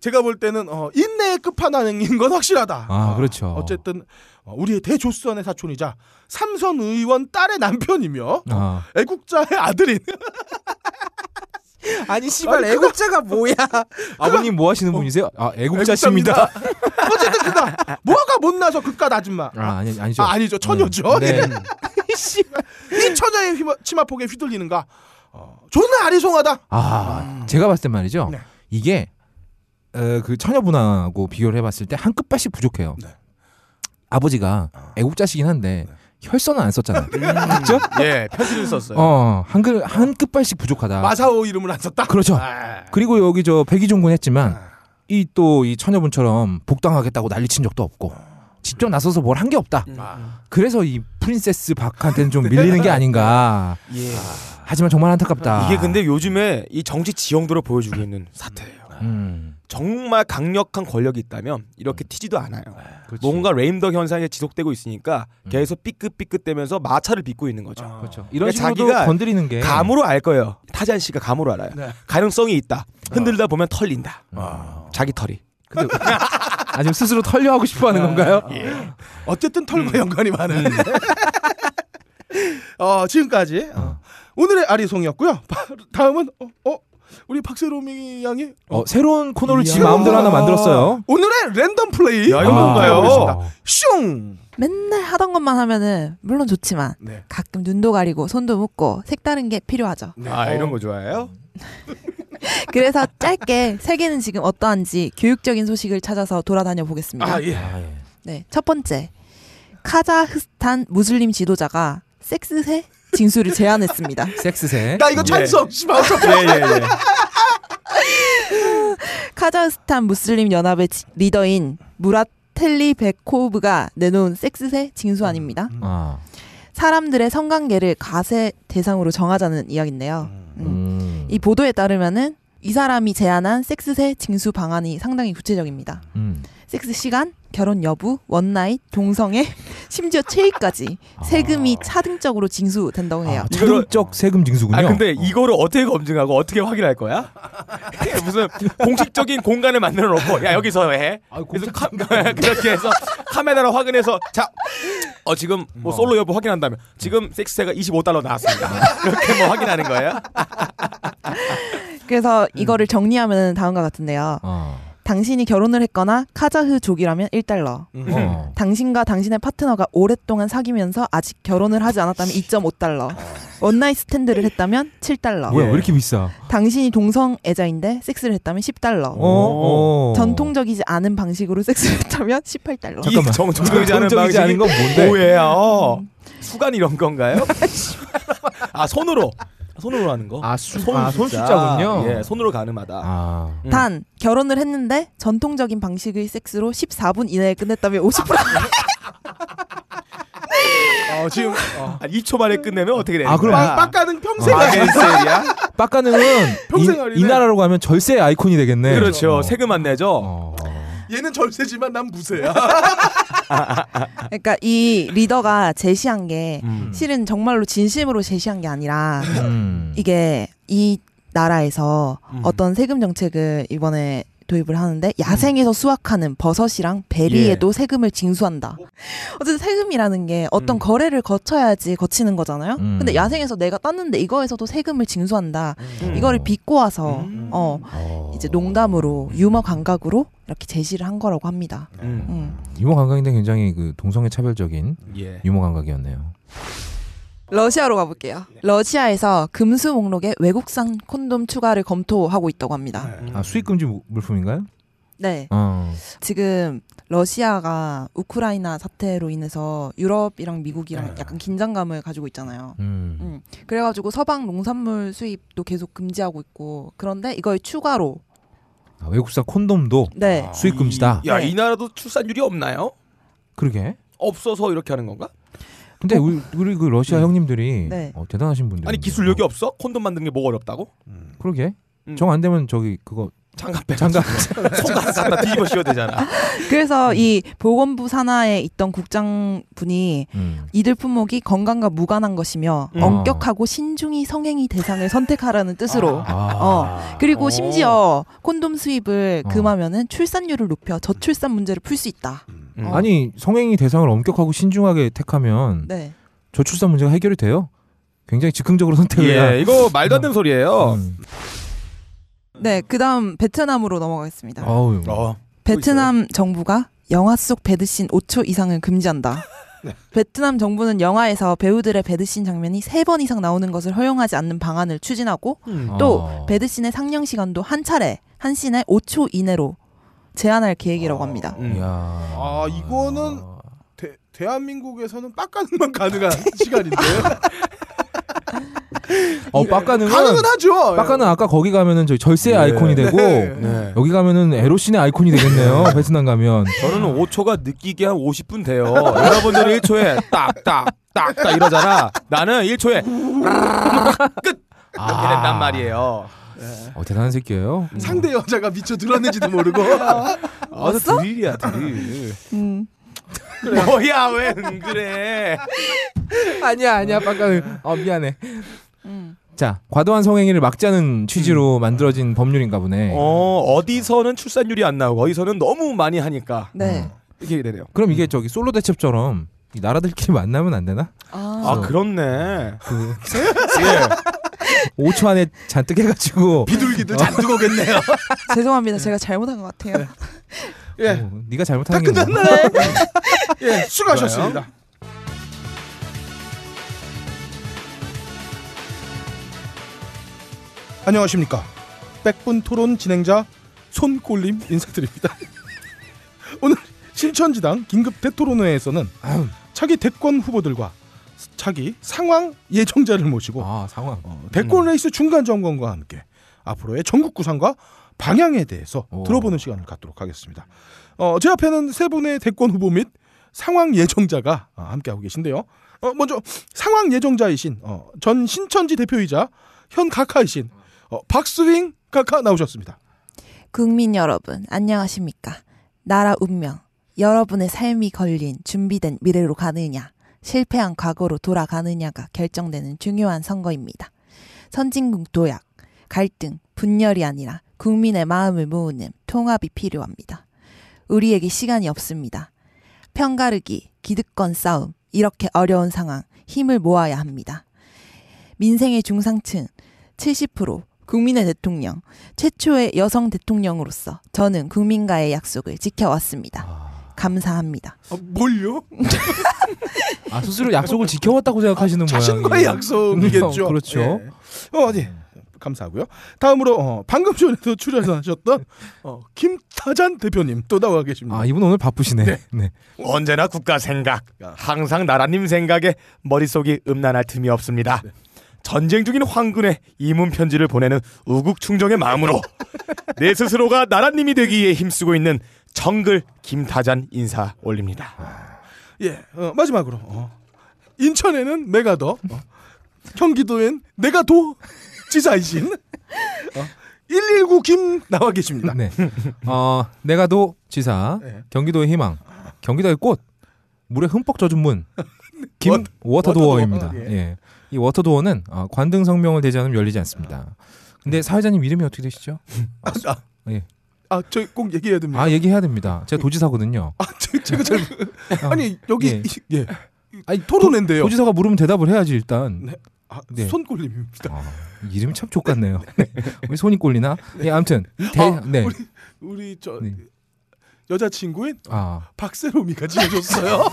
제가 볼 때는 어, 인내의 끝판왕인 건 확실하다. 아, 어, 그렇죠. 어쨌든 어, 우리의 대조선의 사촌이자 삼선 의원 딸의 남편이며 아. 애국자의 아들인 아니 씨발 애국자가 뭐야? 아버님 뭐 하시는 어. 분이세요? 아 애국자십니다. 어쨌든 그다 뭐가 못나서 그깟 아줌마. 아 아니 아니죠. 아 아니죠 처녀죠. 음, 네. 예. 씨발, 이 처녀의 휘마- 치마폭에 휘둘리는가. 어, 존나 아리송하다. 아 제가 봤을 때 말이죠. 네. 이게 어, 그 처녀분하고 비교를 해봤을 때 한 끗발씩 부족해요. 네. 아버지가 애국자시긴 한데 혈서는 안 썼잖아. 네. 그렇죠? 예, 편지를 썼어요. 어 한글 한 끗발씩 부족하다. 마사오 이름을 안 썼다. 그렇죠. 아, 그리고 여기 저 백이종군 했지만 이 또 이 처녀분처럼 복당하겠다고 난리친 적도 없고 직접 나서서 뭘 한 게 없다. 아. 그래서 이 프린세스 박한테는 좀 밀리는 게 아닌가. 예. 하지만 정말 안타깝다. 이게 근데 요즘에 이 정치 지형도를 보여주고 있는 사태예요. 음, 정말 강력한 권력이 있다면 이렇게 튀지도 않아요. 그렇지. 뭔가 레임덕 현상이 지속되고 있으니까 계속 삐끗삐끗대면서 마찰을 빚고 있는 거죠. 그렇죠. 이런 그러니까 식으로 자기가 건드리는 게 감으로 알 거예요. 타잔 씨가 감으로 알아요. 가능성이 있다. 흔들다 보면 털린다. 아. 자기 털이. 근데 아 지금 스스로 털려 하고 싶어 하는 건가요? 어쨌든 털과 연관이 많은. 어, 지금까지 어, 오늘의 아리송이었고요. 다음은 어, 어, 우리 박세롬이 양이 어, 새로운 코너를 지 이야. 마음대로 하나 만들었어요. 오늘의 랜덤 플레이 아, 야, 이건 뭔가요? 알아보겠습니다. 슝. 맨날 네, 하던 것만 하면은 물론 좋지만 네. 가끔 눈도 가리고 손도 묶고 색다른 게 필요하죠. 아 이런 거 좋아해요? 그래서 짧게 세계는 지금 어떠한지 교육적인 소식을 찾아서 돌아다녀 보겠습니다. 아 예. 아, 예. 네, 첫 번째 카자흐스탄 무슬림 지도자가 섹스해 징수를 제안했습니다. 섹스세. 나 이거 찬성. 씨발. 예예예. 카자흐스탄 무슬림 연합의 지- 리더인 무라텔리 베코브가 내놓은 섹스세 징수안입니다. 아. 사람들의 성관계를 과세 대상으로 정하자는 이야기인데요. 음. 음. 이 보도에 따르면은 이 사람이 제안한 섹스세 징수 방안이 상당히 구체적입니다. 음. 섹스 시간, 결혼 여부, 원나잇, 동성애, 심지어 체위까지 세금이 차등적으로 징수된다고 해요. 아, 차등적 세금 징수군요. 아 근데 이거를 어떻게 검증하고 어떻게 확인할 거야? 무슨 공식적인 공간을 만들어 놓고 야 여기서 해. 아, 그래서 카, 그렇게 해서 카메라로 확인해서 자. 어 지금 뭐 음. 솔로 여부 확인한다면 지금 섹스세가 25달러 나왔습니다. 이렇게 뭐 확인하는 거예요? 그래서 이거를 정리하면 다음과 같은데요. 어. 당신이 결혼을 했거나 카자흐족이라면 1달러. 음. 어. 당신과 당신의 파트너가 오랫동안 사귀면서 아직 결혼을 하지 않았다면 2.5달러. 원나잇 스탠드를 했다면 7달러. 어. 뭐야 왜 이렇게 비싸? 당신이 동성애자인데 섹스를 했다면 10달러. 어, 어. 전통적이지 않은 방식으로 섹스를 했다면 18달러. 잠깐만. 어? 이 정정되지 않은 정정이지 방식이 않은 건 뭔데? 뭐예요? 수간 이런 건가요? 아 손으로 손으로 하는 거. 아, 수, 손 아, 손 숫자. 숫자군요. 예, 손으로 가늠하다. 아. 음. 단 결혼을 했는데 전통적인 방식의 섹스로 14분 이내에 끝냈다면 50% 어, 지금 한 2초 만에 끝내면 어떻게 되는 아, 그럼 거야? 빡가는 평생 아, 아, 겐셀이야? 빡가능은 평생 이, 어린애. 이 나라로 가면 절세 아이콘이 되겠네. 그렇죠. 어. 세금 안 내죠. 어. 얘는 절세지만 난 부세야. 그러니까 이 리더가 제시한 게 음. 실은 정말로 진심으로 제시한 게 아니라 음. 이게 이 나라에서 음. 음. 어떤 세금 정책을 이번에 도입을 하는데 야생에서 수확하는 버섯이랑 예. 베리에도 세금을 징수한다. 어쨌든 세금이라는 게 어떤 음. 거래를 거쳐야지 거치는 거잖아요. 음. 근데 야생에서 내가 땄는데 이거에서도 세금을 징수한다. 음. 이거를 비꼬아서 음. 어 어. 이제 농담으로 유머 감각으로 이렇게 제시를 한 거라고 합니다. 음. 음. 유머 감각인데 굉장히 그 동성애 차별적인 예. 유머 감각이었네요. 러시아로 가볼게요. 러시아에서 금수 목록에 외국산 콘돔 추가를 검토하고 있다고 합니다. 아 수입 금지 무- 물품인가요? 네. 어. 지금 러시아가 우크라이나 사태로 인해서 유럽이랑 미국이랑 약간 긴장감을 가지고 있잖아요. 음. 음. 그래가지고 서방 농산물 수입도 계속 금지하고 있고 그런데 이걸 추가로 아, 외국산 콘돔도 네 수입 금지다. 야, 네. 이 나라도 출산율이 없나요? 그러게. 없어서 이렇게 하는 건가? 근데 우리, 우리 그 러시아 형님들이 네. 어, 대단하신 분들. 아니 기술력이 없어? 콘돔 만드는 게 뭐가 어렵다고? 그러게. 음. 정 안 되면 저기 그거 장갑 빼. 장갑. 손가락 갖다 뒤집어 씌워야 되잖아. 그래서 이 보건부 산하에 있던 국장분이 음. 이들 품목이 건강과 무관한 것이며 음. 엄격하고 신중히 성행위 대상을 선택하라는 뜻으로 아. 어 그리고 아. 오. 심지어 콘돔 수입을 어. 금하면은 출산율을 높여 저출산 문제를 풀 수 있다. 음. 아니 성행위 대상을 엄격하고 신중하게 택하면 네. 저출산 문제가 해결이 돼요? 굉장히 즉흥적으로 선택을 예, 해야. 이거 말도 안 되는 소리예요. 음. 네, 그다음 베트남으로 넘어가겠습니다. 아우. 어. 베트남 정부가 영화 속 배드신 5초 이상을 금지한다. 네. 베트남 정부는 영화에서 배우들의 배드신 장면이 3번 이상 나오는 것을 허용하지 않는 방안을 추진하고 또 아. 배드신의 상영 시간도 한 차례, 한 씬에 5초 이내로 제한할 계획이라고 합니다. 음. 야. 아, 이거는 대, 대한민국에서는 빡가능만 가능한 시간인데 어 빡가는 가능은 어, 하죠. 예. 빡가는 아까 거기 가면은 저 절세 예. 의 네. 아이콘이 되고 네. 여기 가면은 에로신의 아이콘이 되겠네요. 베트남 가면. 저는 5초가 느끼게 한 50분 돼요. 여러분들이 1초에 딱딱딱딱 이러잖아. 나는 1초에 아. 이렇게 된단 말이에요. 어, 대단한 새끼예요. 상대 여자가 미쳐 늘어는지도 모르고 어서 아, 드릴이야 드릴. 음. 뭐야 왜 응 그래? 아니야 아니야 빡가는. 어 미안해. 음. 자 과도한 성행위를 막자는 음. 취지로 만들어진 법률인가 보네. 어 어디서는 출산율이 안 나오고 어디서는 너무 많이 하니까 음. 네. 이렇게 되네요. 그럼 이게 저기 솔로 대첩처럼 이 나라들끼리 만나면 안 되나? 아. 아 그렇네. 그 예. 5초 안에 잔뜩 해가지고 비둘기들 잔뜩 오겠네요. 그 죄송합니다. 제가 잘못한 것 같아요. 예. 어, 네가 잘못한 게 뭐야? 예, 수고하셨습니다. 안녕하십니까. 백분 토론 진행자 손꼴림 인사드립니다. 오늘 신천지당 긴급 대토론회에서는 차기 대권 후보들과 차기 상황 예정자를 모시고 아 상황. 어, 대권 음. 레이스 중간 점검과 함께 앞으로의 전국 구상과 방향에 대해서 오. 들어보는 시간을 갖도록 하겠습니다. 어, 제 앞에는 세 분의 대권 후보 및 상황 예정자가 아, 함께하고 계신데요. 어, 먼저 상황 예정자이신 어, 전 신천지 대표이자 현 각하이신 어, 박스윙 각하 나오셨습니다. 국민 여러분, 안녕하십니까? 나라 운명, 여러분의 삶이 걸린 준비된 미래로 가느냐, 실패한 과거로 돌아가느냐가 결정되는 중요한 선거입니다. 선진국 도약, 갈등, 분열이 아니라 국민의 마음을 모으는 통합이 필요합니다. 우리에게 시간이 없습니다. 편가르기, 기득권 싸움, 이렇게 어려운 상황, 힘을 모아야 합니다. 민생의 중상층, 70%, 국민의 대통령, 최초의 여성 대통령으로서 저는 국민과의 약속을 지켜왔습니다. 감사합니다. 아, 뭘요? 아 스스로 약속을 지켜왔다고 생각하시는 모양. 자신과의 약속이겠죠. 그렇죠. 예. 어, 네. 감사하고요. 다음으로 어, 방금 전에도 출연하셨던 어, 김타잔 대표님 또 나와 계십니다. 아 이분 오늘 바쁘시네. 네. 언제나 국가 생각, 항상 나라님 생각에 머릿속이 음란할 틈이 없습니다. 네. 전쟁 중인 황군에 이문 편지를 보내는 우국 충정의 마음으로 내 스스로가 나라님이 되기 위해 힘쓰고 있는 정글 김타잔 인사 올립니다. 예, 어, 마지막으로 어, 인천에는 메가더, 어, 경기도엔 내가도 지사이신 어, 119 김 나와 계십니다. 네. 어 내가도 지사 네. 경기도의 희망 경기도의 꽃 물에 흠뻑 젖은 문 워- 김 워터도어입니다. 워터도어, 예. 예. 이 워터도어는 어, 네. 관등 성명을 대지 않으면 열리지 않습니다. 근데 사회자님 이름이 어떻게 되시죠? 아, 나- 예. 아, 저 꼭 얘기해야 됩니다. 아 얘기해야 됩니다. 제가 도지사거든요. 아, 제, 제가 잘 아니 여기 예. 이- 예. 아니 토론회인데요. 도지사가 물으면 대답을 해야지 일단. 네. 아, 네. 손골림입니다. 아, 이름이 참 족같네요. 우리 손이 꼴리나? 예, 아무튼 이 대, 아, 네. 우리 우리 저 네. 여자친구인 아 박세롬이가 지어줬어요.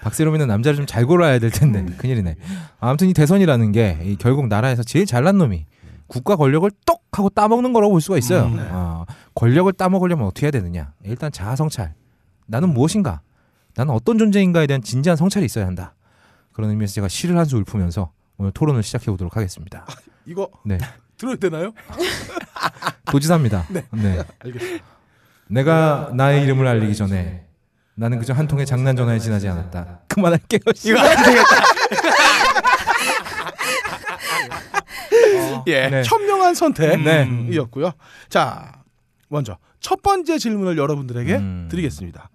박세롬이는 남자를 좀 잘 골라야 될 텐데 큰일이네. 아무튼 이 대선이라는 게이 결국 나라에서 제일 잘난 놈이 국가 권력을 똑 하고 따먹는 거라고 볼 수가 있어요. 아, 권력을 따먹으려면 어떻게 해야 되느냐? 일단 자아 성찰. 나는 무엇인가? 나는 어떤 존재인가에 대한 진지한 성찰이 있어야 한다. 그런 의미에서 제가 시를 한 수 울프면서 오늘 토론을 시작해 보도록 하겠습니다. 이거 네. 들어야 되나요? 도지사입니다. 네. 내가 나의 이름을 알리기 전에 나는 그저 한 통의 장난 전화에 지나지 않았다. 그만할게요. 씨. 이거 안 되겠다. 예. 네. 현명한 네. 선택이었고요. 자, 먼저 첫 번째 질문을 여러분들에게 음. 드리겠습니다.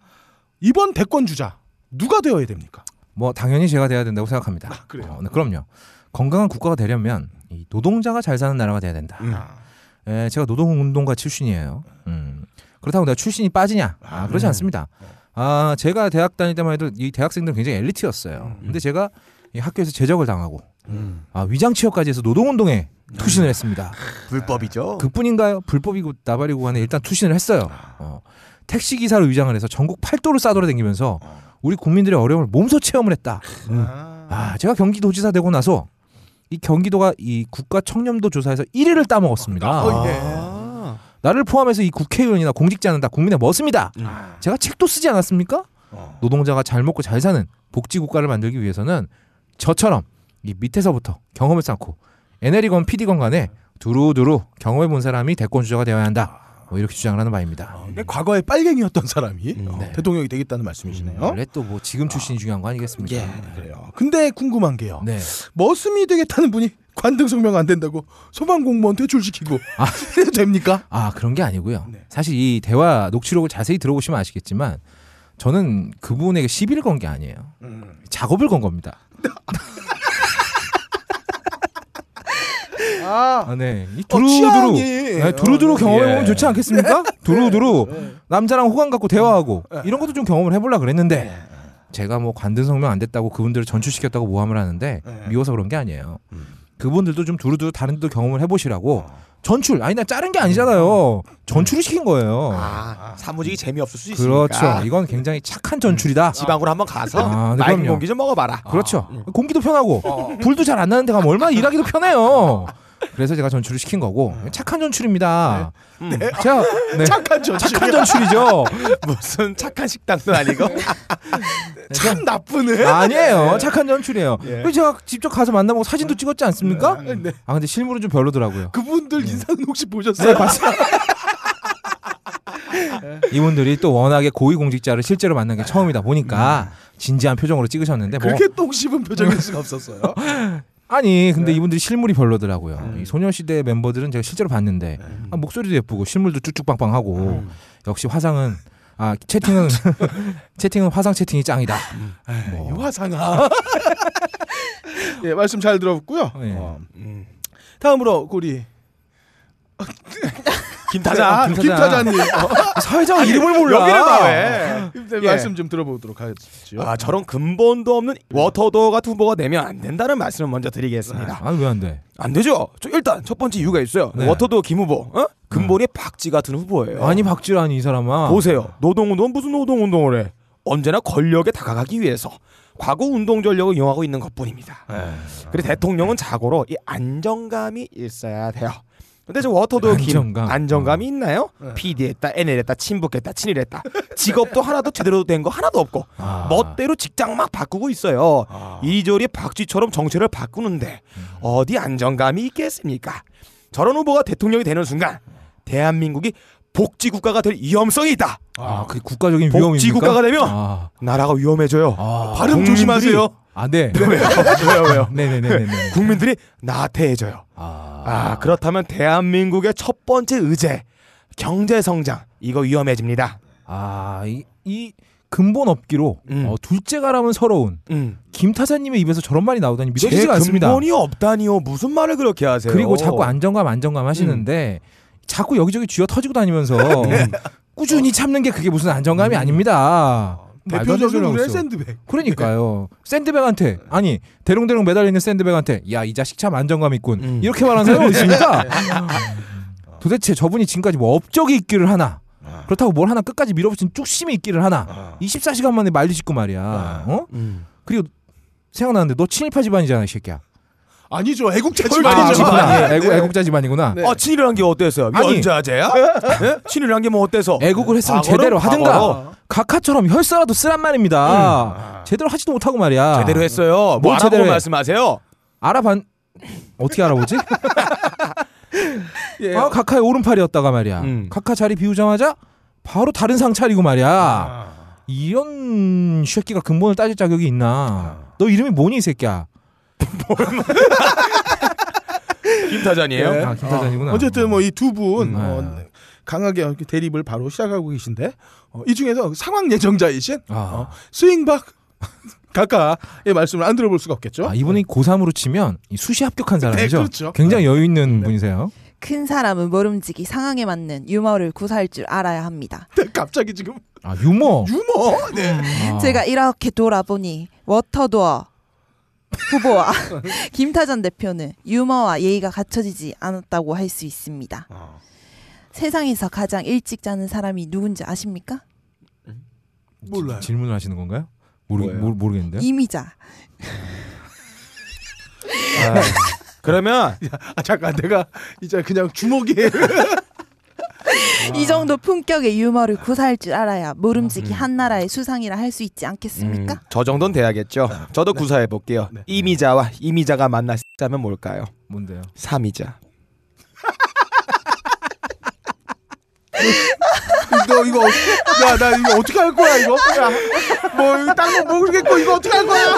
이번 대권 주자 누가 되어야 됩니까? 뭐 당연히 제가 돼야 된다고 생각합니다. 아, 그래요? 네, 그럼요. 건강한 국가가 되려면 이 노동자가 잘 사는 나라가 돼야 된다. 음. 아. 예, 제가 노동운동가 출신이에요. 음. 그렇다고 내가 출신이 빠지냐? 아, 네. 그러지 않습니다. 아, 제가 대학 다닐 때만 해도 이 대학생들은 굉장히 엘리트였어요. 음, 근데 제가 이 학교에서 제적을 당하고 아, 위장 취업까지 해서 노동운동에 네. 투신을 했습니다. 불법이죠. 그뿐인가요? 불법이고 나발이고 간에 일단 투신을 했어요. 어. 택시 기사로 위장을 해서 전국 팔도를 싸돌아다니면서 우리 국민들의 어려움을 몸소 체험을 했다. 아, 제가 경기도지사 되고 나서 이 경기도가 이 국가 청렴도 조사에서 1위를 따먹었습니다. 어, 아. 예. 네. 나를 포함해서 이 국회의원이나 공직자는 다 국민의 머슴이다. 제가 책도 쓰지 않았습니까? 노동자가 잘 먹고 잘 사는 복지 국가를 만들기 위해서는 저처럼 이 밑에서부터 경험을 쌓고 NL이건 PD건 간에 두루두루 경험해 본 사람이 대권 주자가 되어야 한다. 뭐 이렇게 주장을 하는 바입니다. 그러니까 과거에 빨갱이였던 사람이 어, 음. 네. 대통령이 되겠다는 말씀이시네요. 원래 또 뭐 지금 출신이 중요한 거 아니겠습니까? 그래요. 근데 궁금한 게요. 네. 머슴이 되겠다는 분이 관등 성명 안 된다고 소방 공무원 퇴출시키고 해도 됩니까? 아 그런 게 아니고요. 네. 사실 이 대화 녹취록을 자세히 들어보시면 아시겠지만 저는 그분에게 시비를 건 게 아니에요. 작업을 건 겁니다. 아, 아, 네. 이 어, 두루두루 취향이. 네, 두루두루 어, 경험해 보면 예. 좋지 않겠습니까? 두루두루 남자랑 호감 갖고 대화하고 이런 것도 좀 경험을 해보려 그랬는데 제가 뭐 관든 성명 안 됐다고 그분들을 전출시켰다고 모함을 하는데 미워서 그런 게 아니에요. 그분들도 좀 두루두루 다른 데도 경험을 해보시라고 전출 아니 나 자른 게 아니잖아요. 전출을 시킨 거예요. 아, 사무직이 재미없을 수 있으니까. 그렇죠. 이건 굉장히 착한 전출이다. 지방으로 한번 가서 아, 네, 맑은 그럼요. 공기 좀 먹어봐라. 그렇죠. 아, 음. 공기도 편하고 어. 불도 잘 안 나는 데 가면 얼마나 일하기도 편해요. 그래서 제가 전출을 시킨 거고 착한 전출입니다. 제가 네. 음. 착한 전 착한 전출이죠. 아, 무슨 착한 식당도 아니고. 네, 참 나쁘네. 네, 예. 음. 아니에요. 착한 전출이에요. 그래서 제가 직접 가서 만나보고 사진도 찍었지 않습니까? 네. 아 근데 실물은 좀 별로더라고요. 그분들 네. 인사는 혹시 보셨어요? 네. 이분들이 또 워낙에 고위공직자를 실제로 만난 게 처음이다 보니까 진지한 표정으로 찍으셨는데 뭐 그렇게 똥 씹은 표정일 수가 없었어요. 아니 네. 근데 이분들이 실물이 별로더라고요. 이 소녀시대 멤버들은 제가 실제로 봤는데 네. 아, 목소리도 예쁘고 실물도 쭉쭉 빵빵하고 음. 역시 화상은 아 채팅은 채팅은 화상 채팅이 짱이다. 음. 뭐. 이 화상아. 예, 말씀 잘 들었고요. 예. 어. 음. 다음으로 우리 김타자. 김 타자. 아, 김타자님 어, 사회자가 이름을 몰라. 아, 예. 여기를 봐 왜? 네, 말씀 좀 들어보도록 하겠죠. 아 저런 근본도 없는 워터도 같은 후보가 되면 안 된다는 말씀을 먼저 드리겠습니다. 아왜 안 돼? 안 되죠. 저 일단 첫 번째 이유가 있어요. 네. 워터도 김 후보, 어? 근본이 박쥐 같은 후보예요. 아니 박지란이 이 사람아. 어. 보세요. 노동운동은 무슨 노동운동을 해? 언제나 권력에 다가가기 위해서 과거 운동 전력을 이용하고 있는 것뿐입니다. 그리고 아. 대통령은 자고로 이 안정감이 있어야 돼요. 근데 저 워터도 김 안정감. 안정감이 있나요? PD했다, NL했다, 친북했다, 친일했다. 직업도 하나도 제대로 된 거 하나도 없고 아. 멋대로 직장 막 바꾸고 있어요. 이조리 박쥐처럼 정체를 바꾸는데 음. 어디 안정감이 있겠습니까? 저런 후보가 대통령이 되는 순간 대한민국이 복지 국가가 될 위험성이 있다. 아, 그게 국가적인 위험입니까? 복지국가가 되면 아, 나라가 위험해져요. 아. 발음 조심하세요. 아 네. 왜요? 왜요? 왜요? 네네네네. 국민들이 나태해져요. 아, 아 그렇다면 대한민국의 첫 번째 의제 경제 성장 이거 위험해집니다. 아, 이, 이 근본 없기로 음. 어, 둘째 가람은 서러운 음. 김 타사님의 입에서 저런 말이 나오다니 제 믿어지지가 않습니다. 네. 어. 근본이 없다니요. 무슨 말을 그렇게 하세요? 음. 그리고 자꾸 안정감 안정감 하시는데 자꾸 여기저기 쥐어 터지고 다니면서 네. 꾸준히 참는 게 그게 무슨 안정감이 아닙니다. 말도 안 되는 소리 음. 대표적인 하고 우리의 있어. 샌드백. 네. 그러니까요. 샌드백한테 아니 대롱대롱 매달려 있는 샌드백한테 야 이 자식 참 안정감 있군 음. 이렇게 말하는 사람이 어디 있습니까? 네. 도대체 저분이 지금까지 뭐 업적이 있기를 하나 아. 그렇다고 뭘 하나 끝까지 밀어붙인 쭉심이 있기를 하나 24시간 만에 말리짓고 아. 말이야. 어? 음. 그리고 생각나는데 너 친일파 집안이잖아 이 새끼야. 아니죠. 애국자 아, 집안이죠. 그렇구나. 네. 애국, 애국자 집안이구나. 아 친일을 한 게 어때서요? 아니. 네? 연좌제야? 예? 친일을 한 게 뭐 어때서? 애국을 했으면 과거는 제대로 하든가 과거로. 각하처럼 혈서라도 쓰란 말입니다. 제대로 하지도 못하고 말이야. 제대로 했어요. 뭐 뭘 알아보고 제대로 해? 말씀하세요. 알아봤 어떻게 알아보지? 예. 아 카카의 오른팔이었다가 말이야. 음. 카카 자리 비우자마자 바로 다른 상 차리고 말이야. 이런 쉐끼가 근본을 따질 자격이 있나? 너 이름이 뭐니 이 새끼야? 김타잔이에요. 아 김타장이구나. 어쨌든 뭐 이 두 분 음. 어, 강하게 이렇게 대립을 바로 시작하고 계신데 어, 이 중에서 상황 예정자이신 아, 스윙박 각하의 말씀을 안 들어볼 수가 없겠죠. 아, 이분이 고3으로 치면 이 수시 합격한 사람이죠. 그렇죠. 굉장히 여유 있는 분이세요. 큰 사람은 모름지기 상황에 맞는 유머를 구사할 줄 알아야 합니다. 네, 갑자기 지금 아 유머. 유머. 네. 아. 제가 이렇게 돌아보니 워터도어 후보와 김타전 대표는 유머와 예의가 갖춰지지 않았다고 할 수 있습니다. 세상에서 가장 일찍 자는 사람이 누군지 아십니까? 몰라요. 지- 질문을 하시는 건가요? 모르 뭐예요? 모르- 모르겠는데요. 이미자. 아, 그러면 아 잠깐 내가 이제 그냥 주먹이 이 정도 품격의 유머를 구사할 줄 알아야 모름지기 한나라의 수상이라 할 수 있지 않겠습니까? 음, 저 정도는 돼야겠죠. 저도 구사해 볼게요. 네. 이미자와 이미자가 만났다면 뭘까요? 뭔데요? 삼이자. 너 이거 야 나 이거 어떻게 할 거야 이거 야뭐 이거 딴거 모르겠고 이거 어떻게 할 거야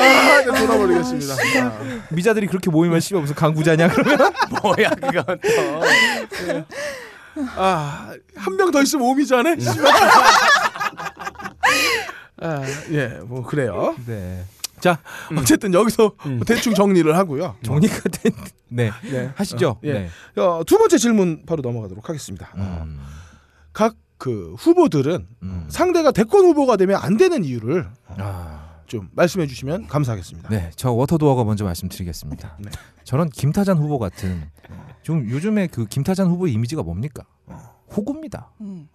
아 이제 돌아버리겠습니다 아, 미자들이 그렇게 모이면 씨발 무슨 강구자냐? 뭐야 그건 또. 아한 명 더 있으면 오미자네 아예뭐 그래요 네. 자 어쨌든 여기서 음. 대충 정리를 하고요 정리가 된. 네. 네. 하시죠. 예. 네. 어, 두 번째 질문 바로 넘어가도록 하겠습니다 음. 각 그 후보들은 음. 상대가 대권 후보가 되면 안 되는 이유를 아. 좀 말씀해 주시면 감사하겠습니다. 네, 저 워터도어가 먼저 말씀드리겠습니다. 네. 저는 김타잔 후보 같은 좀 요즘에 그 김타잔 후보의 이미지가 뭡니까? 호구입니다. 음.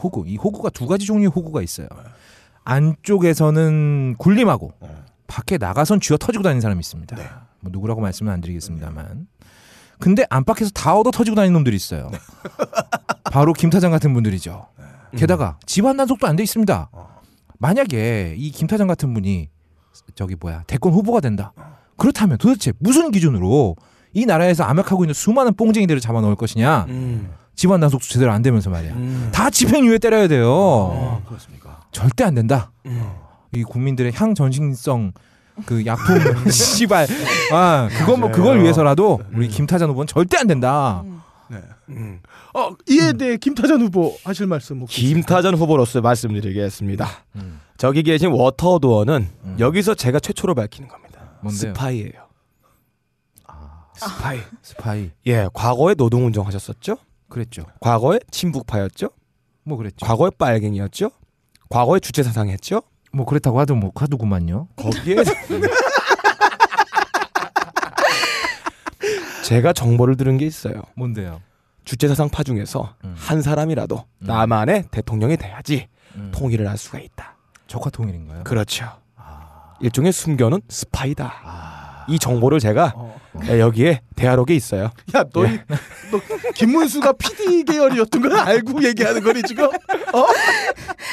호구. 이 호구가 두 가지 종류의 호구가 있어요. 안쪽에서는 굴림하고 밖에 나가선 쥐어 터지고 다니는 사람이 있습니다. 뭐 누구라고 말씀은 안 드리겠습니다만. 근데 안팎에서 다 얻어 터지고 다니는 놈들이 있어요. 네. 바로 김타장 같은 분들이죠. 음. 게다가 집안 단속도 안 돼 있습니다. 어. 만약에 이 김타장 같은 분이 저기 뭐야 대권 후보가 된다. 그렇다면 도대체 무슨 기준으로 이 나라에서 암약하고 있는 수많은 뽕쟁이들을 잡아 넣을 것이냐? 음. 집안 단속도 제대로 안 되면서 말이야. 음. 어. 다 집행유예 때려야 돼요. 네. 그렇습니까? 절대 안 된다. 음. 이 국민들의 향 전신성 그 약품 씨발 아 그건 뭐 그걸 위해서라도 우리 김타잔 후보는 절대 안 된다. 음. 어, 이에 대해 김타전 후보 하실 말씀 혹시 김타전 후보로서 말씀드리겠습니다. 음. 저기 계신 워터도어는 음. 여기서 제가 최초로 밝히는 겁니다. 뭔데요? 스파이예요. 스파이. 스파이 예, 과거에 노동운동 하셨었죠? 그랬죠. 과거에 친북파였죠? 뭐 그랬죠. 과거에 빨갱이였죠? 과거에 주체사상했죠? 뭐 그랬다고 하도 뭐 하더구만요. 거기에 제가 정보를 들은 게 있어요. 뭔데요? 주체사상파 중에서 음. 한 사람이라도 음. 나만의 대통령이 돼야지 음. 통일을 할 수가 있다. 적화 통일인가요? 그렇죠. 아. 일종의 숨겨놓은 스파이다. 이 정보를 제가 어. 예, 여기에 대화록에 있어요. 야, 너희 너 김문수가 PD 계열이었던 걸 알고 얘기하는 거니 지금? 어?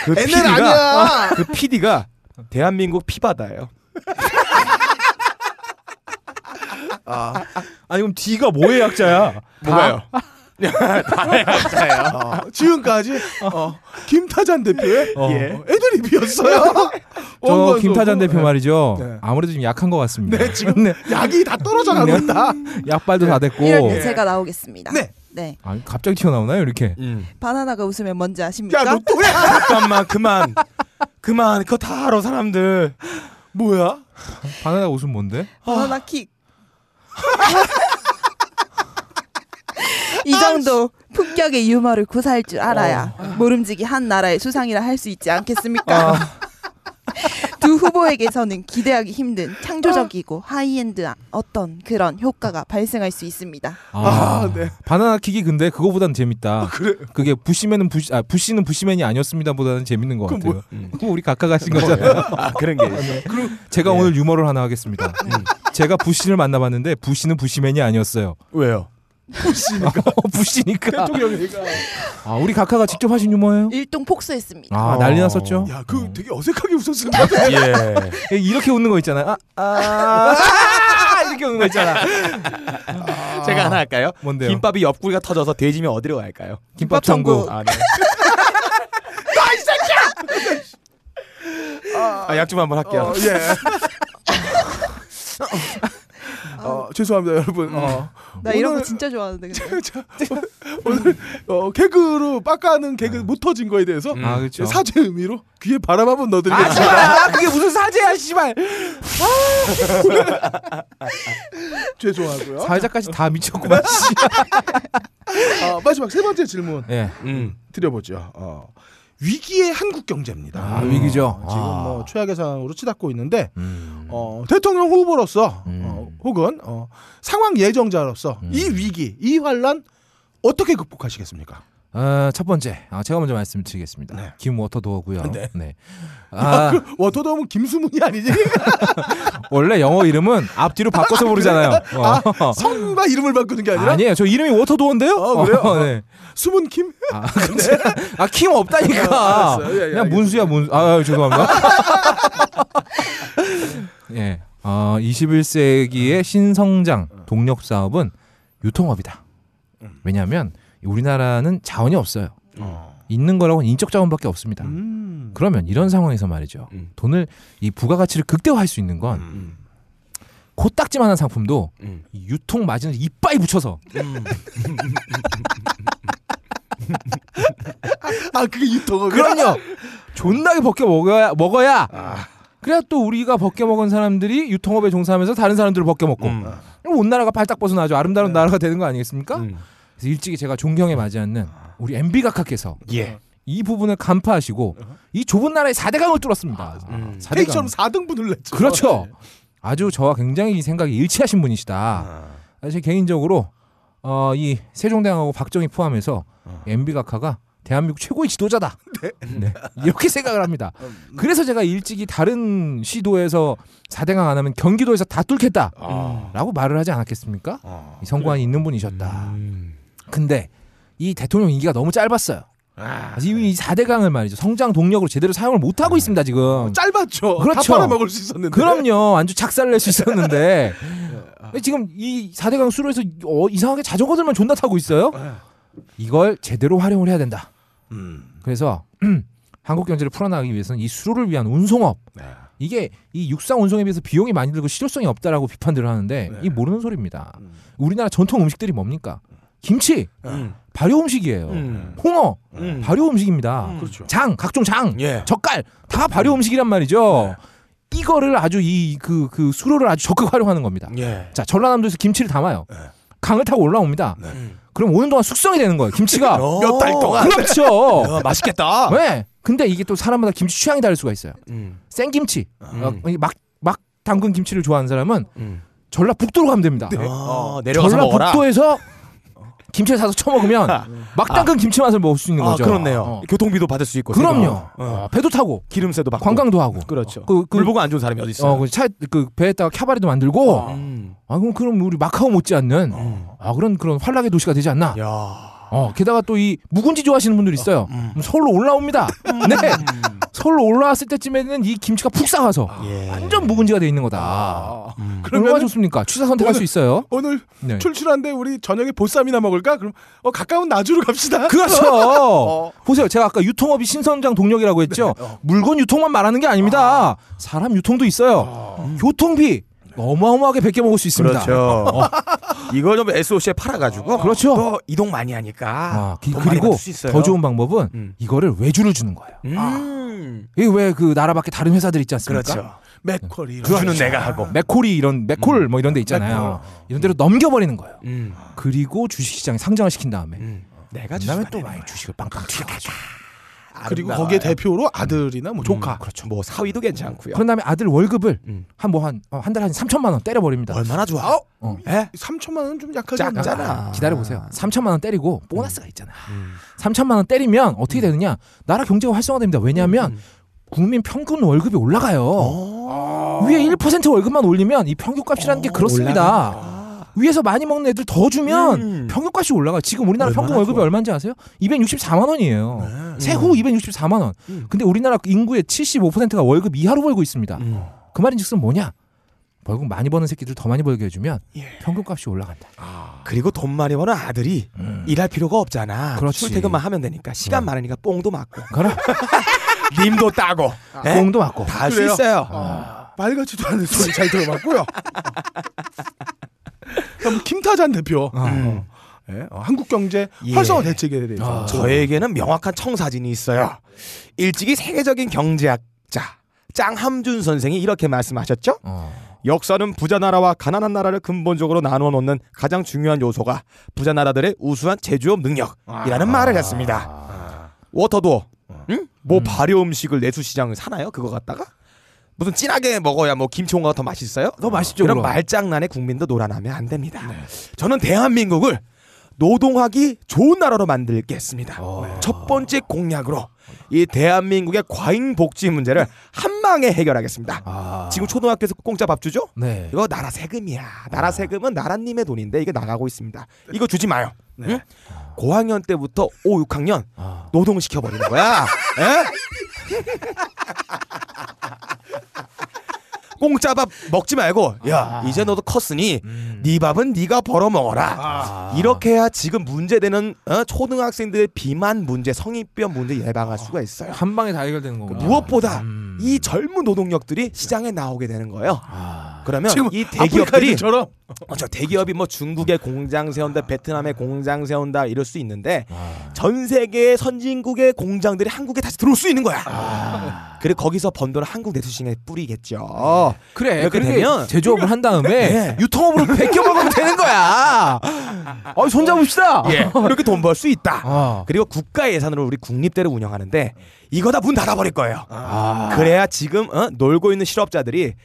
그 애는 PD가 아니야. 그 PD가 대한민국 피바다예요. 아니 그럼 D가 뭐의 약자야? 뭐가요? 어, 지금까지 어, 김타잔 대표의 어. 어, 애드립이었어요. 저 원건수. 김타잔 대표 말이죠. 네. 아무래도 좀 약한 것 같습니다. 네, 지금 뭐, 네. 약이 다 떨어져 음. 가고 있다. 약발도 다 됐고. 이럴 때 제가 나오겠습니다. 네. 아니 갑자기 튀어나오나요 이렇게? 음. 바나나가 웃으면 뭔지 아십니까? 야, 너 또야? 잠깐만 그만 그만 그거 다 알아 사람들. 뭐야? 바나나 웃음 뭔데? 바나나 킥. 이 정도 품격의 유머를 구사할 줄 어. 알아야 모름지기 한 나라의 수상이라 할 수 있지 않겠습니까? 아. 두 후보에게서는 기대하기 힘든 창조적이고 아. 하이엔드한 어떤 그런 효과가 발생할 수 있습니다. 아, 바나나 킥이 근데 그거보단 재밌다. 그래. 그게 부시맨은 부시 아 부시는 부시맨이 아니었습니다보다는 재밌는 것 같아요. 그럼 우리 각각 하신 거잖아요. 네. 아 그런 게 있어요. 제가 오늘 유머를 하나 하겠습니다. 음. 제가 부시를 만나봤는데 부시는 부시맨이 아니었어요. 왜요? 어, 부시니까. 아 우리 각하가 직접 하신 유머예요? 일동 폭소했습니다. 아 난리 났었죠. 야, 그 되게 어색하게 웃었을 때. 예. 이렇게 웃는 거 있잖아요. 아, 아, 이렇게 웃는 거 있잖아. 제가 하나 할까요? 뭔데요? 김밥이 옆구리가 터져서 돼지면 어디로 갈까요? 김밥 천국. 아, 네. 아, 약좀 한번 할게요. 어, 예. 음. 어, 죄송합니다, 여러분. 어, 나 이런 거 오늘- 진짜 좋아하는데. 근데. 자, 오늘 어, 개그로 빡가는 개그 못 터진 거에 대해서 음. 아 그렇죠. 사죄 의미로 귀에 바람 한번 넣어드리겠습니다. 아, 그게 무슨 사제야, 씨발. 죄송하고요. 사회자까지 다 미쳤구만. 씨. 어, 마지막 세 번째 질문 예. 음. 드려보죠. 어, 위기의 한국 경제입니다. 아, 위기죠. 지금 아. 뭐 최악의 상황으로 치닫고 있는데 음. 어, 대통령 후보로서 음. 어, 혹은 어, 상황 예정자로서 이 위기, 이 환란 어떻게 극복하시겠습니까? 어, 첫 번째 아, 제가 먼저 말씀드리겠습니다. 김워터도어고요. 네. 아, 그 어. 워터덤은 김수문이 아니지? 원래 영어 이름은 앞뒤로 바꿔서 부르잖아요. 어. 성과 이름을 바꾸는 게 아니라 아니에요. 저 이름이 워터도어인데요. 어, 그래요? 네. 수문 김? 아, 그치. 아, 킴 없다니까. 알았어요. 예, 예, 그냥 문수야, 문수. 아, 죄송합니다. 예. 어, 21세기의 신성장 동력 사업은 유통업이다. 왜냐하면 우리나라는 자원이 없어요. 있는 거라고는 인적 자원밖에 없습니다. 음. 그러면 이런 상황에서 말이죠. 음. 돈을 이 부가가치를 극대화할 수 있는 건 음. 코딱지만한 상품도 음. 이 유통 마진을 이빨 붙여서 아 그게 유통업이야? 그럼요. 존나게 벗겨 먹어야 먹어야. 아. 그래야 또 우리가 벗겨 먹은 사람들이 유통업에 종사하면서 다른 사람들을 벗겨 먹고 음. 네. 그럼 온 나라가 발딱 벗어나죠. 아름다운 나라가 되는 거 아니겠습니까? 음. 아. 그래서 일찍이 제가 존경에 맞지 않는 우리 MB 각하께서 예. 이 부분을 간파하시고 이 좁은 나라에 4대강을 뚫었습니다. 어. 아, 음. 사대강. 테이처럼 4등분을 냈죠. 네. 그렇죠. 아주 어. 저와 굉장히 생각이 일치하신 분이시다. 아. 사실 개인적으로 어, 이 세종대왕하고 박정희 포함해서 MB 각하가 대한민국 최고의 지도자다. 어. 네. 어, 음. 이렇게 생각을 합니다. 그래서 제가 일찍이 다른 시도에서 4대강 안 하면 경기도에서 다 뚫겠다라고 음. 아. 말을 하지 않았겠습니까? 어. 이 성관이 있는 분이셨다. 음. 근데 이 대통령 임기가 너무 짧았어요. 그래서 이미 이 4대강을 말이죠. 성장 동력으로 제대로 사용을 못 하고 있습니다, 지금. 짧았죠. 다 그렇죠. 팔아먹을 수 있었는데. 그럼요. 안주 착살 낼수 있었는데 지금 이 4대강 수로에서 어, 이상하게 자전거들만 존나 타고 있어요. 이걸 제대로 활용을 해야 된다. 음. 그래서 한국 경제를 풀어나가기 위해서는 이 수로를 위한 운송업 이게 이 육상 운송에 비해서 비용이 많이 들고 실효성이 없다라고 비판들을 하는데 이 모르는 소리입니다. 우리나라 전통 음식들이 뭡니까? 김치 음. 어, 발효 음식이에요. 음. 홍어 음. 발효 음식입니다. 그렇죠. 장 각종 장 예. 네. 젓갈 다 발효 음식이란 말이죠. 네. 이거를 아주 이 그 그 수로를 아주 적극 활용하는 겁니다. 예. 자 전라남도에서 김치를 담아요. 네. 강을 타고 올라옵니다. 그럼 오는 동안 숙성이 되는 거예요. 김치가 몇달 동안. 그렇죠. 어, 맛있겠다. 왜? 근데 이게 또 사람마다 김치 취향이 다를 수가 있어요. 음. 생김치 아. 어, 막막 막 담근 김치를 좋아하는 사람은 음. 전라북도로 가면 됩니다. 어, 내려가서 먹어라. 네. 전라북도에서 김치를 사서 처먹으면 막 담근 김치 맛을 먹을 수 있는 아, 거죠. 그렇네요. 어. 교통비도 받을 수 있고. 그럼요. 제가. 어. 배도 타고 기름세도 받고. 관광도 하고 그렇죠. 그- 그- 물 보고 안 좋은 사람이 어디 있어요? 어, 그 차, 그 배에다가 캐바리도 만들고, 음. 아, 그럼, 그럼 우리 마카오 못지않는, 아, 그런, 그런 활락의 도시가 되지 않나. 어. 야. 어, 게다가 또 이 묵은지 좋아하시는 분들 있어요. 음. 그럼 서울로 올라옵니다. 네. 서울로 올라왔을 때쯤에는 이 김치가 푹 싸가서 예. 완전 묵은지가 돼 있는 거다. 음. 얼마나 그러면 좋습니까? 취사 선택할 수 있어요. 오늘 네. 출출한데 우리 저녁에 보쌈이나 먹을까? 그럼 어, 가까운 나주로 갑시다. 그렇죠. 어. 보세요. 제가 아까 유통업이 신선장 동력이라고 했죠. 네. 물건 유통만 말하는 게 아닙니다. 사람 유통도 있어요. 교통비 어마어마하게 베껴 먹을 수 있습니다. 아. 그렇죠. 이거 좀 SOC에 팔아가지고. 그렇죠. 또 이동 많이 하니까. 아, 기- 돈 많이 그리고 받을 수 있어요. 더 좋은 방법은 음. 이거를 외주를 주는 거예요. 음. 아, 이게 왜 그 나라 밖에 다른 회사들 있지 않습니까? 그렇죠. 맥쿼리 이런 그거는 거죠. 내가 하고 맥콜이 이런 맥콜 뭐 이런 데 있잖아요. 이런 데로 넘겨버리는 거예요. 음. 그리고 주식시장에 상장을 시킨 다음에 음. 아, 그렇죠. 내가 주식 그다음에 또 많이 주식을 빵빵 튀겨가지고 그리고 거기에 대표로 아들이나 뭐 조카 그렇죠. 뭐 사위도 괜찮고요. 그런 다음에 아들 월급을 음. 한 뭐 한 한 달에 한 3천만 원 때려버립니다. 얼마나 좋아? 어. 에? 3천만 원은 좀 약하지 않나? 작잖아. 음. 기다려 보세요. 3천만 원 때리고 보너스가 있잖아. 요 3천만 원 때리면 어떻게 되느냐? 나라 경제가 활성화됩니다. 왜냐하면 음, 국민 평균 월급이 올라가요. 어. 위에 1% 월급만 올리면 이 평균값이라는 예, 게 그렇습니다. 위에서 많이 먹는 애들 더 주면 음. 평균값이 올라가. 지금 우리나라 평균 월급이 얼마인지 아세요? 264만 원이에요. 세후 264만 원. 네. 음. 근데 우리나라 인구의 75%가 월급 이하로 벌고 있습니다. 음. 그 말인즉슨 뭐냐? 월급 많이 버는 새끼들 더 많이 벌게 해주면 예. 평균값이 올라간다. 그리고 돈 많이 버는 아들이 일할 필요가 없잖아. 음. 그렇지. 음. 출퇴근만 하면 되니까 시간 많으니까 뽕도 맞고 그럼 님도 따고 뽕 아, 공도 맞고. 네? 다 할 수 그래요? 있어요. 아. 말같지도 않은 소리 잘 들어봤고요. 그럼 김타잔 대표 음. 예, 어, 한국 경제 예. 아, 활성화 대책에 대해서 어, 저에게는 명확한 청사진이 있어요. 일찍이 세계적인 경제학자 짱함준 선생이 이렇게 말씀하셨죠. 어. 역사는 부자 나라와 가난한 나라를 근본적으로 나누어 놓는 가장 중요한 요소가 부자 나라들의 우수한 제조업 아. 능력이라는 말을 했습니다. 워터도 어. 응? 뭐 발효 음식을 내수 시장을 사나요? 그거 갖다가 무슨 진하게 먹어야 뭐 김치홍가 더 맛있어요? 더 맛있죠, 네. 이런 물론. 말장난에 국민도 놀아나면 안 됩니다. 저는 대한민국을 노동하기 좋은 나라로 만들겠습니다. 첫 번째 공약으로 이 대한민국의 과잉 복지 문제를 한 방에 해결하겠습니다. 아. 지금 초등학교에서 공짜 밥 주죠? 네. 아. 이거 나라 세금이야. 나라 세금은 나라님의 돈인데 이게 나가고 있습니다. 네. 이거 주지 마요. 응? 고학년 때부터 5, 6학년 아. 노동 시켜 버리는 거야. 예? 에? 공짜 밥 먹지 말고 야 아. 이제 너도 컸으니 음. 네 밥은 네가 벌어 먹어라. 아. 이렇게 해야 지금 문제되는 어? 초등학생들의 비만 문제, 성인병 문제 예방할 수가 있어요. 한 방에 다 해결되는 거구나. 무엇보다 아, 음. 이 젊은 노동력들이 시장에 나오게 되는 거예요. 아. 그러면 지금 이 대기업들이 대기업들이처럼 어, 저 대기업이 뭐 중국에 공장 세운다, 베트남에 공장 세운다 이럴 수 있는데 아. 전 세계 선진국의 공장들이 한국에 다시 들어올 수 있는 거야. 아. 그리고 거기서 번 돈을 한국 내수시장에 뿌리겠죠. 그래. 이렇게 되면- 그렇게 되면 제조업을 한 다음에 네. 유통업으로 베껴 먹으면 되는 거야. 어, 손잡읍시다. 예, 그렇게 돈 벌 수 있다. 아. 그리고 국가 예산으로 우리 국립대를 운영하는데 이거 다 문 닫아버릴 거예요. 그래야 지금 어? 놀고 있는 실업자들이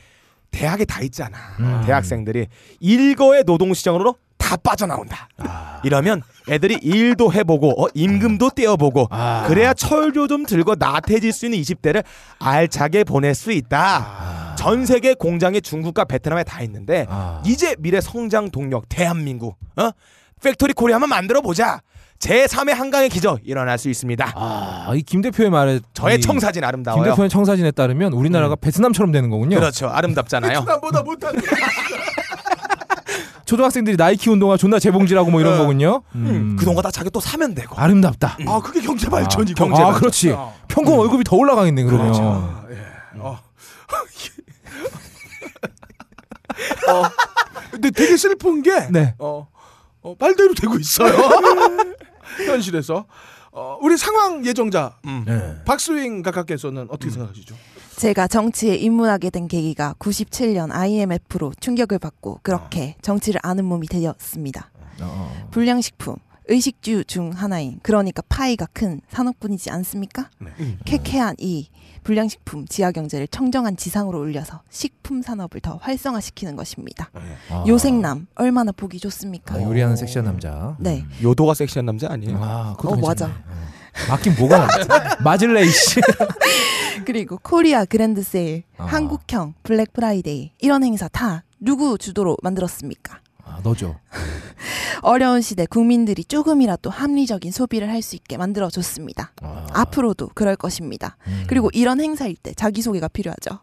대학에 다 있잖아. 음. 대학생들이 일거의 노동시장으로 다 빠져나온다. 아. 이러면 애들이 일도 해보고 어? 임금도 떼어보고 아. 그래야 철조 좀 들고 나태해질 수 있는 20대를 알차게 보낼 수 있다. 전 세계 공장이 중국과 베트남에 다 있는데 아. 이제 미래 성장 동력 대한민국 어? 팩토리 코리아만 만들어 보자. 제3의 한강의 기적 일어날 수 있습니다. 아, 이 김 대표의 말에 저의 이- 청사진 김 아름다워요. 음. 대표의 청사진에 따르면 우리나라가 베트남처럼 되는 거군요. 그렇죠. 아름답잖아요. 남보다 못하는 초등학생들이 나이키 운동화 존나 재봉지라고 뭐 이런 어. 거군요. 음, 음. 그런 거 다 자기 또 사면 되고. 아름답다. 아 그게 경제 발전이 경- 경제 음. 아, 발전. 그렇지. 어. 평균 월급이 더 올라가겠네 그러면. 아, 그렇죠. 예. 어. 근데 되게 슬픈 게 네. 어, 어, 말대로 되고 있어요. 현실에서 어, 우리 상황 예정자 네. 박수잉 각하께서는 어떻게 음. 생각하시죠? 제가 정치에 입문하게 된 계기가 97년 IMF로 충격을 받고 그렇게 정치를 아는 몸이 되었습니다. 어. 불량식품, 의식주 중 하나인 그러니까 파이가 큰 산업군이지 않습니까? 네. 쾌쾌한 이 불량식품 지하경제를 청정한 지상으로 올려서 식품 산업을 더 활성화시키는 것입니다. 아. 요생남 얼마나 보기 좋습니까? 아, 요리하는 섹시한 남자. 네, 요도가 섹시한 남자 아니에요? 아, 어, 그거 맞아. 맞긴 뭐가 남자. 맞을래 이씨. 그리고 코리아 그랜드 세일, 음. 아. 한국형 블랙 프라이데이 이런 행사 다 누구 주도로 만들었습니까? 아, 너죠. 어려운 시대 국민들이 조금이라도 합리적인 소비를 할 수 있게 만들어줬습니다. 아. 앞으로도 그럴 것입니다. 그리고 이런 행사일 때 자기소개가 필요하죠.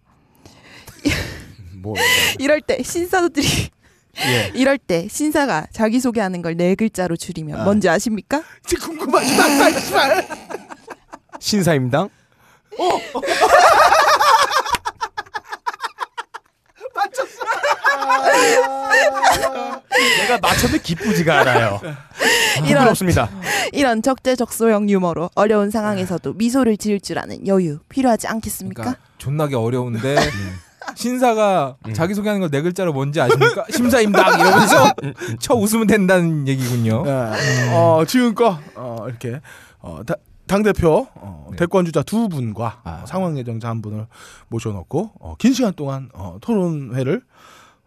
뭐. 이럴 때 신사들이 이럴 때 신사가 자기소개하는 걸 네 글자로 줄이면 뭔지 아십니까? 지금 궁금하지 마, 씨발. 신사임당? 어! 맞췄어. 내가 맞췄는데 기쁘지가 않아요. 이런 부끄럽습니다. 이런 적재적소형 유머로 어려운 상황에서도 미소를 지을 줄 아는 여유 필요하지 않겠습니까? 네. 존나게 어려운데 그러니까 신사가 자기 소개하는 걸 네 글자로 뭔지 아십니까? 심사임당 이러면서 쳐 웃으면 된다는 얘기군요. 예. 어, 지금껏 어, 이렇게 어, 다- 당대표 어, 대권 주자 두 분과 네. 아. 어, 상황 예정자 한 분을 모셔놓고 어, 긴 시간 동안 어, 토론회를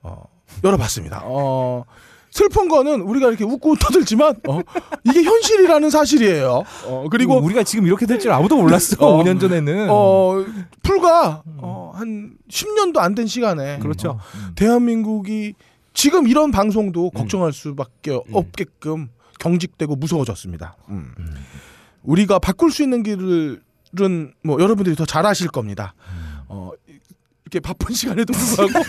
어, 열어봤습니다. 어, 슬픈 거는 우리가 이렇게 웃고 떠들지만 어, 이게 현실이라는 사실이에요. 어, 그리고 우리가 지금 이렇게 될 줄 아무도 몰랐어. 어. 5년 전에는. 음. 어, 풀과 어, 한 10년도 안 된 시간에 어, 그렇죠. 대한민국이 지금 음. 이런 방송도 걱정할 수밖에 없게끔 경직되고 무서워졌습니다. 음. 음. 우리가 바꿀 수 있는 길은 뭐 여러분들이 더 잘 아실 겁니다. 음. 어, 이렇게 바쁜 시간에도 불구하고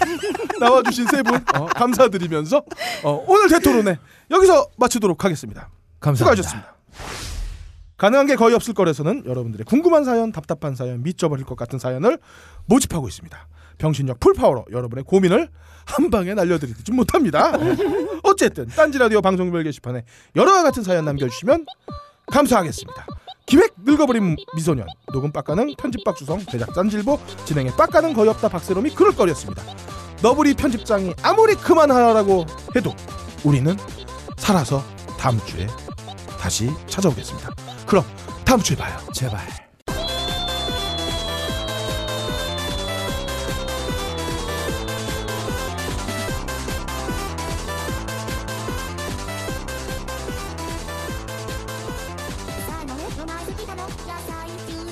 나와주신 세 분 어, 감사드리면서 어, 오늘 대토론회 여기서 마치도록 하겠습니다. 감사합니다. 수고하셨습니다. 가능한 게 거의 없을 거래서는 여러분들의 궁금한 사연, 답답한 사연, 미쳐버릴 것 같은 사연을 모집하고 있습니다. 병신력 풀파워로 여러분의 고민을 한 방에 날려드리지 못합니다. 어쨌든 딴지 라디오 방송별 게시판에 여러와 같은 사연 남겨주시면 감사하겠습니다. 기획 늙어버린 미소년 녹음 빡가는 편집 박수성 제작 짠질보 진행의 빡가는 거의 없다 박세롬이 그럴거리였습니다. 너부리 편집장이 아무리 그만하라고 해도 우리는 살아서 다음 주에 다시 찾아오겠습니다. 그럼 다음 주에 봐요. 제발. 「さあのねごま好きだの野菜ジュース